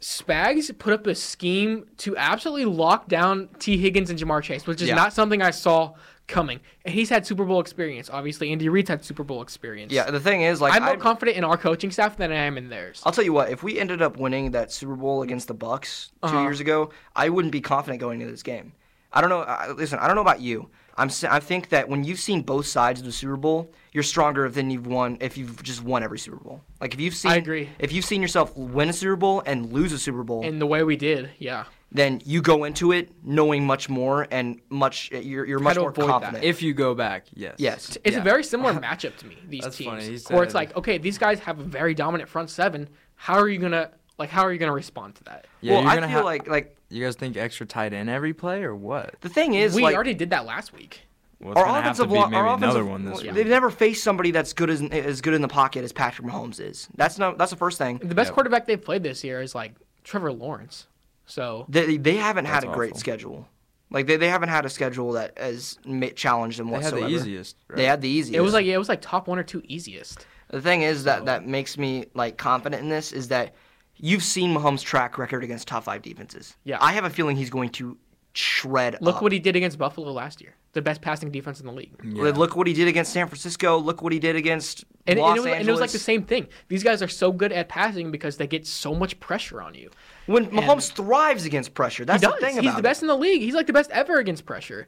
A: Spags put up a scheme to absolutely lock down T. Higgins and Jamar Chase, which is
B: Yeah.
A: not something I saw coming. And he's had Super Bowl experience, obviously. Andy Reid's had Super Bowl experience.
B: yeah, the thing is, like,
A: I'm more
B: I'm-
A: confident in our coaching staff than I am in theirs.
B: I'll tell you what, if we ended up winning that Super Bowl against the Bucks 2
A: Uh-huh.
B: years ago, I wouldn't be confident going into this game. I don't know. I, listen, I don't know about you. I'm. s- I think that when you've seen both sides of the Super Bowl, you're stronger than you've won if you've just won every Super Bowl. Like if you've seen,
A: I agree.
B: If you've seen yourself win a Super Bowl and lose a Super Bowl,
A: And the way we did, yeah.
B: then you go into it knowing much more and much. eh, You're you're much
A: to
B: more
A: avoid that.
B: confident.
C: if you go back, yes.
B: yes.
A: It's
C: Yeah.
A: a very
C: <laughs>
A: similar matchup to me. These
C: That's
A: teams,
C: funny, he
A: where it's
C: said-
A: like, okay, these guys have a very dominant front seven. How are you gonna like? How are you gonna respond to that?
C: Yeah,
B: well,
C: you're
B: I
C: gonna
B: feel
C: ha-
B: like like
C: You guys think extra tight end every play or what?
B: the thing is
A: we
B: like
A: already did that last week.
C: Well, it's
B: our
C: gonna have to
B: offensive
C: be
B: line,
C: maybe
B: our offensive,
C: another one this
B: well,
C: week.
B: they've never faced somebody that's good as as good in the pocket as Patrick Mahomes is. That's no, that's the first thing.
A: The best
C: Yep.
A: quarterback they've played this year is like Trevor Lawrence. So
B: They they haven't
C: That's
B: had a great
C: awful.
B: schedule. Like they, they haven't had a schedule that has ma- challenged them
C: They had
B: whatsoever.
C: the easiest. Right?
B: They had the easiest.
A: it was like it was like top one or two easiest.
B: the thing is
C: Oh.
B: that that makes me like confident in this is that you've seen Mahomes' track record against top five defenses.
A: Yeah.
B: I have a feeling he's going to shred.
A: Look
C: Uh,
B: up.
A: what he did against Buffalo last year. The best passing defense in the league.
C: Yeah.
B: Like, Look what he did against San Francisco. Look what he did against
A: And, and
B: Los
A: it was,
B: Angeles.
A: and it was like the same thing. These guys are so good at passing because they get so much pressure on you.
B: When Mahomes thrives against pressure, that's
A: he
B: the
A: does.
B: thing
A: He's
B: about
A: the
B: it.
A: best in the league. He's like the best ever against pressure.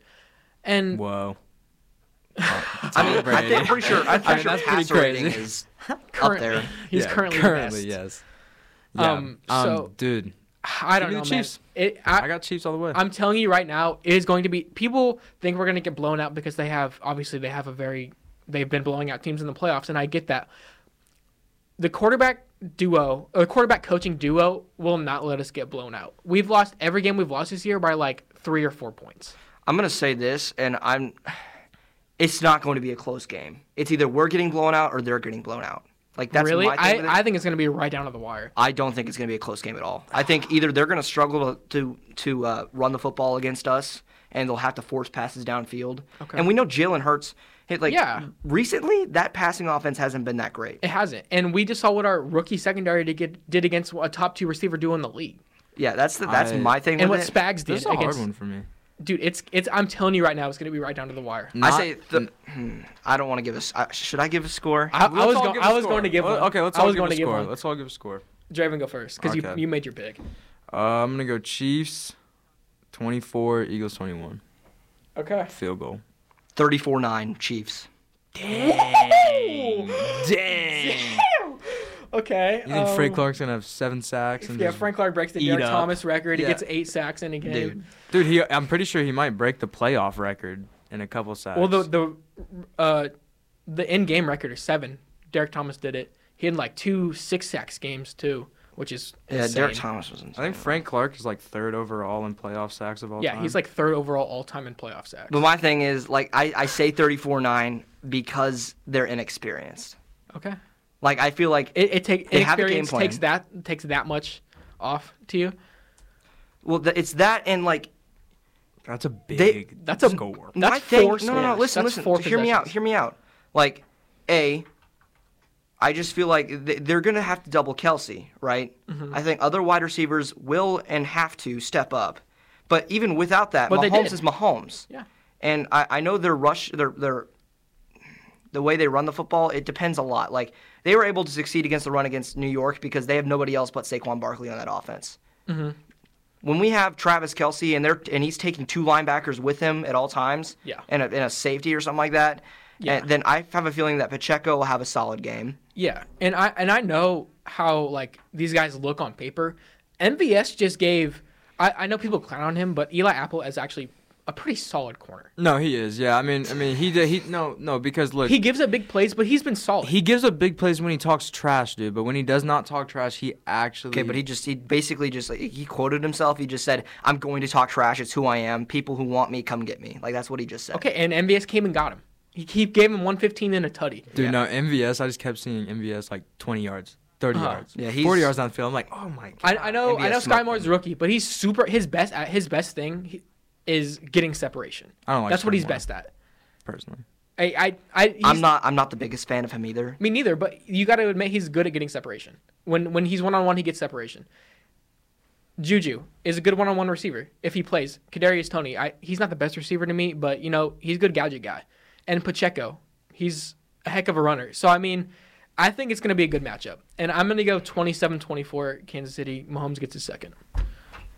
A: And
C: Whoa.
B: I mean, I
C: Brady.
B: think, I'm pretty sure. I'm
C: I
B: pretty
C: mean,
B: sure
C: that's pretty
B: passer rating
C: crazy.
B: is
A: currently,
B: there.
A: <laughs> he's
C: Yeah,
A: currently, the
C: currently
A: best.
C: yes. Yeah.
A: Um,
C: Um,
A: so-
C: dude,
A: I
C: Give
A: don't
C: me
A: know,
C: the
A: man.
C: Chiefs.
A: It,
C: I,
A: I,
C: got Chiefs all the way.
A: I'm telling you right now, it is going to be. People think we're going to get blown out because they have obviously they have a very they've been blowing out teams in the playoffs, and I get that. The quarterback duo, or the quarterback coaching duo, will not let us get blown out. We've lost every game we've lost this year by like three or four points.
B: I'm gonna say this, and I'm. It's not going to be a close game. It's either we're getting blown out or they're getting blown out. Like that's
A: really,
B: my thing with it.
A: I, I think it's going to be right down to the wire.
B: I don't think it's going to be a close game at all. I think either they're going to struggle to to, to uh, run the football against us, and they'll have to force passes downfield.
A: Okay.
B: And we know Jalen Hurts hit like
A: Yeah.
B: recently. That passing offense hasn't been that great.
A: It hasn't, and we just saw what our rookie secondary did, get, did against a top two receiver duo in the league,
B: Yeah, that's the, that's
C: I-
B: my thing.
A: and what
B: with it.
A: Spags did
C: this is a hard
A: against.
C: one for me.
A: Dude, it's it's. I'm telling you right now, it's going to be right down to the wire.
B: I
C: Not-
B: say the, hmm, I don't want to give a. s- I- should I give a score?
A: I,
C: Let's
A: I was
C: all
A: going.
C: give a
A: I was
C: score.
A: going to give
C: Well,
A: one.
C: Okay, let's
A: I
C: all
A: was
C: give
A: going
C: a
A: to give
C: score.
A: one.
C: let's all give a score.
A: Draven, go first because you,
C: Okay.
A: you made your pick.
C: Uh, I'm gonna go Chiefs, 24, Eagles 21,
A: Okay.
C: field goal.
B: Thirty-four nine Chiefs.
A: Dang.
C: Dang.
A: <laughs> Okay.
C: You think
A: um,
C: Frank Clark's gonna have seven sacks? And
A: Yeah,
C: just-
A: Frank Clark breaks the
C: eat
A: Derek
C: up.
A: Thomas record.
C: Yeah.
A: He gets eight sacks in a game.
B: Dude.
C: Dude, he. I'm pretty sure he might break the playoff record in a couple sacks.
A: Well, the the uh, the end game record is seven. Derek Thomas did it. He had like two six sacks games too, which is
B: Yeah,
A: insane.
B: Derek Thomas was insane.
C: I think Frank Clark is like third overall in playoff sacks of all
A: Yeah,
C: time.
A: he's like third overall all time in playoff sacks.
B: But my thing is, like, I, I say 34 9 because they're inexperienced.
A: Okay,
B: Like, I feel like,
A: it it take,
B: They have a game
A: experience
B: plan.
A: takes that takes that much off to you.
B: well, th- it's that and, like,
C: that's a big.
A: that's a-
C: score.
A: That's
B: my thing.
A: four
B: no, no, no.
A: scores.
B: Listen,
A: That's
B: listen.
A: four
B: hear me out.
A: possessions.
B: Hear me out. Like, A, I just feel like th- they're going to have to double Kelsey, right?
A: Mm-hmm.
B: I think other wide receivers will and have to step up. But even without that,
A: But they
B: Mahomes
A: did.
B: is Mahomes.
A: Yeah.
B: And I, I know their rush, their their the way they run the football, it depends a lot. Like they were able to succeed against the run against New York because they have nobody else but Saquon Barkley on that offense. When we have Travis Kelsey and they're and he's taking two linebackers with him at all times,
A: Yeah.
B: and a, and a safety or something like that,
A: Yeah.
B: and then I have a feeling that Pacheco will have a solid game.
A: Yeah, and I and I know how like these guys look on paper. MVS just gave. I, I know people clown on him, but Eli Apple is actually a pretty solid corner.
C: No, he is. Yeah, I mean, I mean, he did. He no, no, because look,
A: He
C: he,
A: gives up big plays, but he's been solid.
C: gives up big plays when he talks trash, dude. But when he does not talk trash, he actually.
B: Okay, but he just he basically just like, he quoted himself. He just said, "I'm going to talk trash. It's who I am. People who want me, come get me." Like that's what he just said.
A: okay, and MVS came and got him. He, he gave him 115 and a tutty.
C: Dude, no, MVS. I just kept seeing MVS like 20 yards, 30
A: Uh-huh.
C: yards,
B: Yeah,
C: yeah,
B: he's-
C: 40 yards down the field. I'm like, oh my god.
A: I, I know I
B: MVS
A: know Sky
B: smoked
A: Moore's a rookie, but he's super. His best at his best thing he- is getting separation.
C: I don't like
A: That's what
C: Sky
A: he's
C: Moore.
A: best at.
C: personally,
A: I I, I he's-
B: I'm not I'm not the biggest fan of him either.
A: Me neither, but you got to admit he's good at getting separation. When when he's one on one, he gets separation. Juju is a good one on one receiver if he plays. Kadarius Tony, I he's not the best receiver to me, but you know he's a good gadget guy. And Pacheco, he's a heck of a runner. So I mean, I think it's going to be a good matchup, and I'm going to go 27-24 Kansas City. Mahomes gets his second.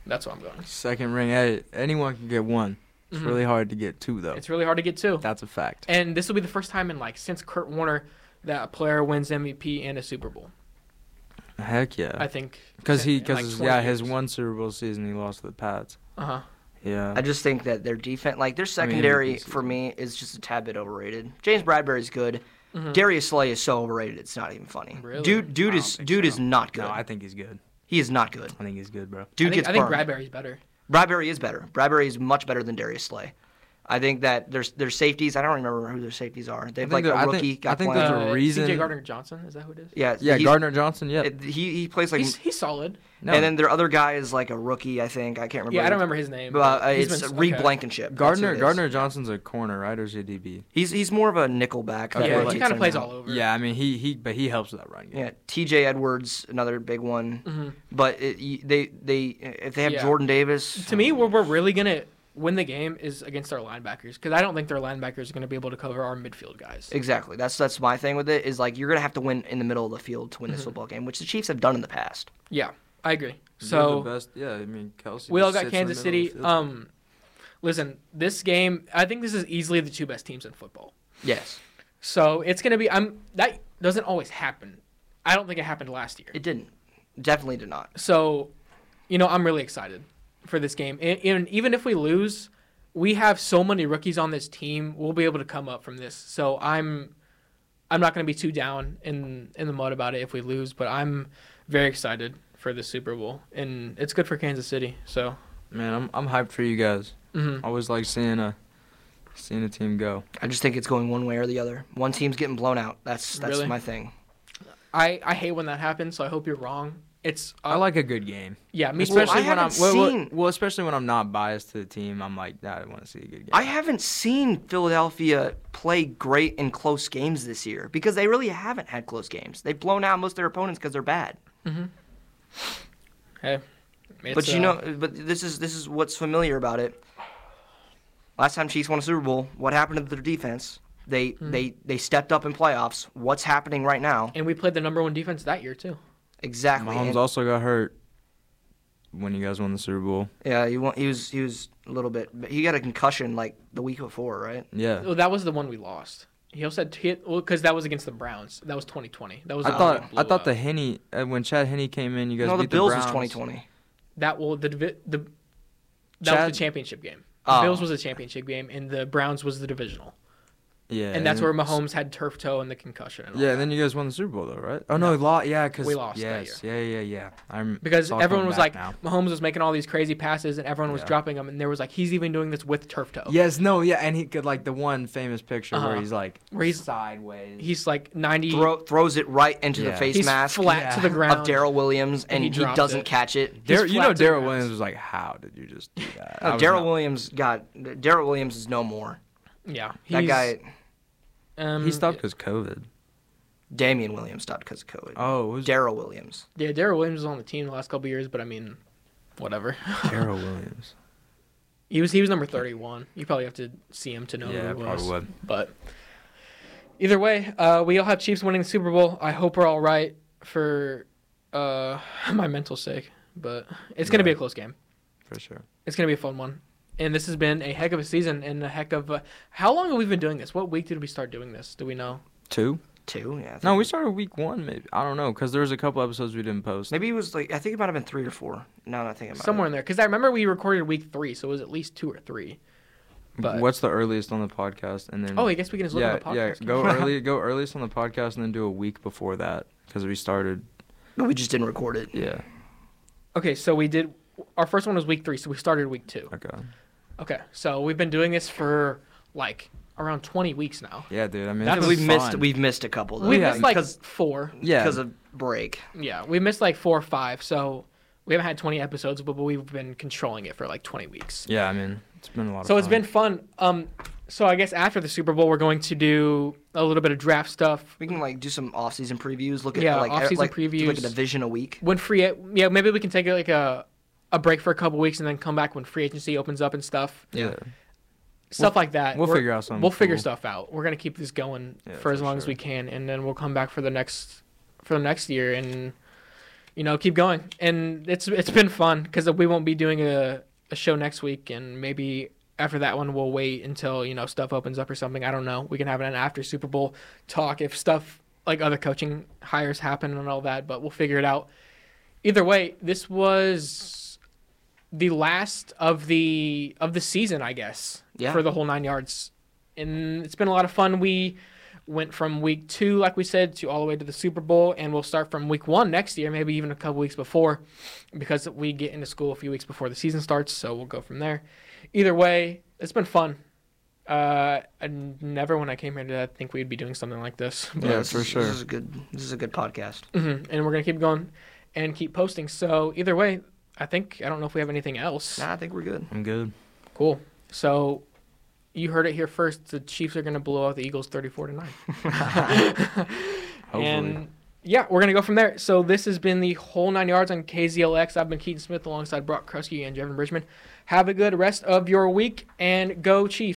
A: That's what I'm going.
C: second ring. Hey, anyone can get one. It's really hard to get two though.
A: It's really hard to get two,
C: That's a fact.
A: and this will be the first time in like since Kurt Warner that a player wins MVP and a Super Bowl.
C: Heck yeah.
A: I think
C: Because he,
A: in, like,
C: because
A: 20
C: yeah, his
A: years.
C: one Super Bowl season he lost to the Pats.
A: Uh-huh.
C: Yeah.
B: I just think that their defense, like their
C: mean,
B: secondary,
C: MVP
B: for me, is just a tad bit overrated. James Bradbury's good. Darius Slay is so overrated; it's not even funny.
A: Really?
B: Dude, dude
C: I
B: is
C: don't think
B: dude
C: so.
B: is not good.
C: No, I think he's good.
B: he is not good.
C: I think he's good, bro.
B: Dude
A: I think,
B: gets
A: I think
B: burned.
A: Bradbury's better.
B: Bradbury is better. Bradbury is much better than Darius Slay. I think that their their safeties. I don't remember who their safeties are. They've
C: think
B: like
C: that-
B: a
C: I think-
B: rookie.
C: I
B: got
C: think
B: playing.
C: those
A: Uh,
C: are- a reason-
A: CJ Gardner Johnson, is that who it is?
B: yeah,
C: Yeah,
B: he's-
C: Gardner Johnson. Yeah.
B: it- he he plays like.
A: He's, he's solid.
C: no.
B: And then their other guy is like a rookie. I think I can't remember.
A: Yeah, I
B: his-
A: don't remember his name.
B: but, Uh,
A: he's
B: it's
A: been-
B: Reed
A: okay.
B: Blankenship. That's who it
C: Gardner
B: is.
C: Gardner Johnson's a corner, right, or is he a DB?
B: He's he's more of a nickelback. that
A: Yeah,
B: rotates
A: he
B: in
A: kind of
B: and
A: plays
B: out.
A: all over.
C: Yeah, I mean he he, but he helps with that run game.
B: Yeah, T.J. Edwards, another big one. But it, y- they they if they have
A: Mm-hmm. Yeah.
B: Jordan Davis,
A: To me, where we're really gonna win the game is against our linebackers because I don't think their linebackers are gonna be able to cover our midfield guys.
B: exactly. That's that's my thing with it is like you're gonna have to win in the middle of the field to win this football game, which the Chiefs have done in the past.
A: yeah, I agree.
C: You're
A: So
C: the best. Yeah, I mean Kelsey.
A: we all
C: just
A: got
C: sits in the
A: Kansas
C: middle of the
A: City.
C: field.
A: Um, listen, this game, I think this is easily the two best teams in football.
B: Yes,
A: So it's gonna be. I'm that doesn't always happen. I don't think it happened last year.
B: it didn't. Definitely did not.
A: So, you know, I'm really excited for this game. And, and even if we lose, we have so many rookies on this team. We'll be able to come up from this. So I'm, I'm not going to be too down in in the mud about it if we lose. But I'm very excited for the Super Bowl, and it's good for Kansas City. So
C: man, I'm I'm hyped for you guys.
B: Mm-hmm.
A: Mhm.
C: Always like seeing a seeing a team go.
B: I just think it's going one way or the other. One team's getting blown out. That's that's
A: Really?
B: my thing.
A: I I hate when that happens. So I hope you're wrong. It's
C: I like a good game,
A: yeah, me too.
B: Uh, I
C: especially when I'm
B: haven't
C: well, well-
B: seen-
C: well, especially when I'm not biased to the team. I'm like, nah, I want to see a good game.
B: I haven't seen Philadelphia play great in close games this year because they really haven't had close games. They've blown out most of their opponents because they're bad.
A: Hey,
B: But
A: it's,
B: you
A: uh,
B: know, but this is this is what's familiar about it. Last time Chiefs won a Super Bowl, what happened to their defense? They
A: Hmm.
B: they they stepped up in playoffs. What's happening right now?
A: and we played the number one defense that year too.
B: Exactly.
C: Mahomes
B: And-
C: also got hurt when you guys won the Super Bowl.
B: yeah, he, wa- he was he was a little bit. But he got a concussion like the week before, right?
C: Yeah.
A: Well, that was the one we lost. He also had hit well because that was against the Browns. That was 2020. That was
C: I
A: the one
C: thought
A: that
C: I
A: blew
C: thought
A: up.
C: the Henny uh, when Chad Henny came in, you guys
B: No, the
C: beat
B: Bills was
C: Browns.
B: 2020.
A: that will the divi- the that
C: Chad-
A: was the championship game. The
B: Oh.
A: Bills was the championship game, and the Browns was the divisional,
C: Yeah,
A: and that's where
C: then-
A: Mahomes had turf toe and the concussion. And all
C: Yeah,
A: that.
C: and then you guys won the Super Bowl though, right? Oh no, we lost. Yeah, because
A: We lost that
C: Yes, yeah, yeah, yeah. I'm
A: because
C: it's all
A: everyone
C: coming
A: was like
C: back now.
A: Mahomes was making all these crazy passes, and everyone was
C: Yeah.
A: dropping them, and there was like he's even doing this with turf toe.
C: yes, no, yeah, and he could like the one famous picture
A: "Oh." Uh-huh.
C: where he's like
A: Where he's-
C: sideways.
A: He's like 90.
B: Throw, throws it right into the
C: Yeah.
B: face
A: he's
B: mask
A: flat to
C: Yeah.
A: the
C: Up
A: ground.
B: of Daryl Williams, and,
A: he
B: he,
A: dropped
B: doesn't
A: it.
B: catch it.
C: Dar- you know
A: flat to the
C: Daryl
A: ground.
C: Williams was like, how did you just do that?
B: <laughs>
C: I
B: No,
C: was
B: Daryl
C: not-
B: Williams got Daryl Williams is no more.
A: Yeah,
B: That
A: he's-
B: guy,
A: Um,
C: he stopped because COVID.
B: Damian Williams, stopped because of COVID.
C: Oh, it was
B: Daryl Williams.
A: Yeah, Daryl Williams was on the team the last couple years, but I mean, whatever. <laughs>
B: <laughs>
C: Daryl Williams.
A: he was he was number 31. You probably have to see him to know
C: yeah, I
A: who he was.
C: probably would.
A: But either way, uh, we all have Chiefs winning the Super Bowl. I hope we're all right for uh, <laughs> my mental sake, but it's gonna be
C: Yeah.
A: a close game.
C: for sure.
A: It's gonna be a fun one. And this has been a heck of a season and a heck of a, how long have we been doing this? What week did we start doing this? Do we know?
C: Two?
B: Two, yeah. I
C: No,
B: think.
C: we started week one. Maybe I don't know because there was a couple episodes we didn't post.
B: Maybe it was like I think it might have been three or four. Now that I think about
A: Somewhere
B: it.
A: in there, because I remember we recorded week three, so it was at least two or three. But
C: What's the earliest on the podcast? And then
A: oh, I guess we can just look
C: Mm. yeah,
A: at the podcast. <laughs>
C: yeah, go early, go earliest on the podcast, and then do a week before that because we started.
B: But we just didn't record it.
C: Yeah,
A: Okay, so we did our first one was week three, so we started week two.
C: okay.
A: Okay, so we've been doing this for like around 20 weeks now.
C: Yeah, dude. I mean,
A: That
C: it was
B: we've missed
C: fun.
B: we've missed a couple. Though,
A: We
C: Oh, yeah,
A: missed like
B: because
A: four.
C: yeah,
B: because of break.
A: Yeah, we missed like four or five, so we haven't had 20 episodes, but, but we've been controlling it for like 20 weeks.
C: yeah. I mean, it's been a lot.
A: So
C: of
A: it's been fun. Um, so I guess after the Super Bowl, we're going to do a little bit of draft stuff.
B: We can like do some off season previews. Look at
A: Yeah,
B: like e-
A: off-season
B: like, do, like a
A: previews.
B: division a week.
A: When free, yeah, maybe we can take like a a break for a couple weeks and then come back when free agency opens up and stuff.
C: yeah.
A: stuff like that.
C: we'll
A: We're-
C: figure out something
A: We'll figure
C: cool.
A: stuff out. We're gonna keep this going
C: Yeah,
A: for as
C: for
A: long as
C: sure.
A: we can, and then we'll come back for the next for the next year and you know keep going. And it's it's been fun because we won't be doing a a show next week, and maybe after that one we'll wait until you know stuff opens up or something. I don't know. We can have an after Super Bowl talk if stuff like other coaching hires happen and all that, but we'll figure it out. Either way, this was the last of the of the season, I guess,
B: Yeah.
A: for the whole nine yards. And it's been a lot of fun. We went from week two, like we said, to all the way to the Super Bowl, and we'll start from week one next year, maybe even a couple weeks before, because we get into school a few weeks before the season starts. So we'll go from there. Either way, it's been fun. Uh, I never, when I came here, did I think we'd be doing something like this. <laughs> But
C: Yeah,
B: this
C: for
B: is-
C: sure.
B: This is a good this is a good podcast.
A: Mhm, <clears throat> and we're gonna keep going and keep posting. So either way, I think I don't know if we have anything else.
B: Nah, I think we're good.
C: I'm good.
A: Cool. So you heard it here first. The Chiefs are gonna blow out the Eagles thirty-four to nine. <laughs>
C: Hopefully.
A: And yeah, we're gonna go from there. So this has been the whole nine yards on KZLX. I've been Keaton Smith alongside Brock Krusky and Jevin Bridgman. Have a good rest of your week and go Chiefs.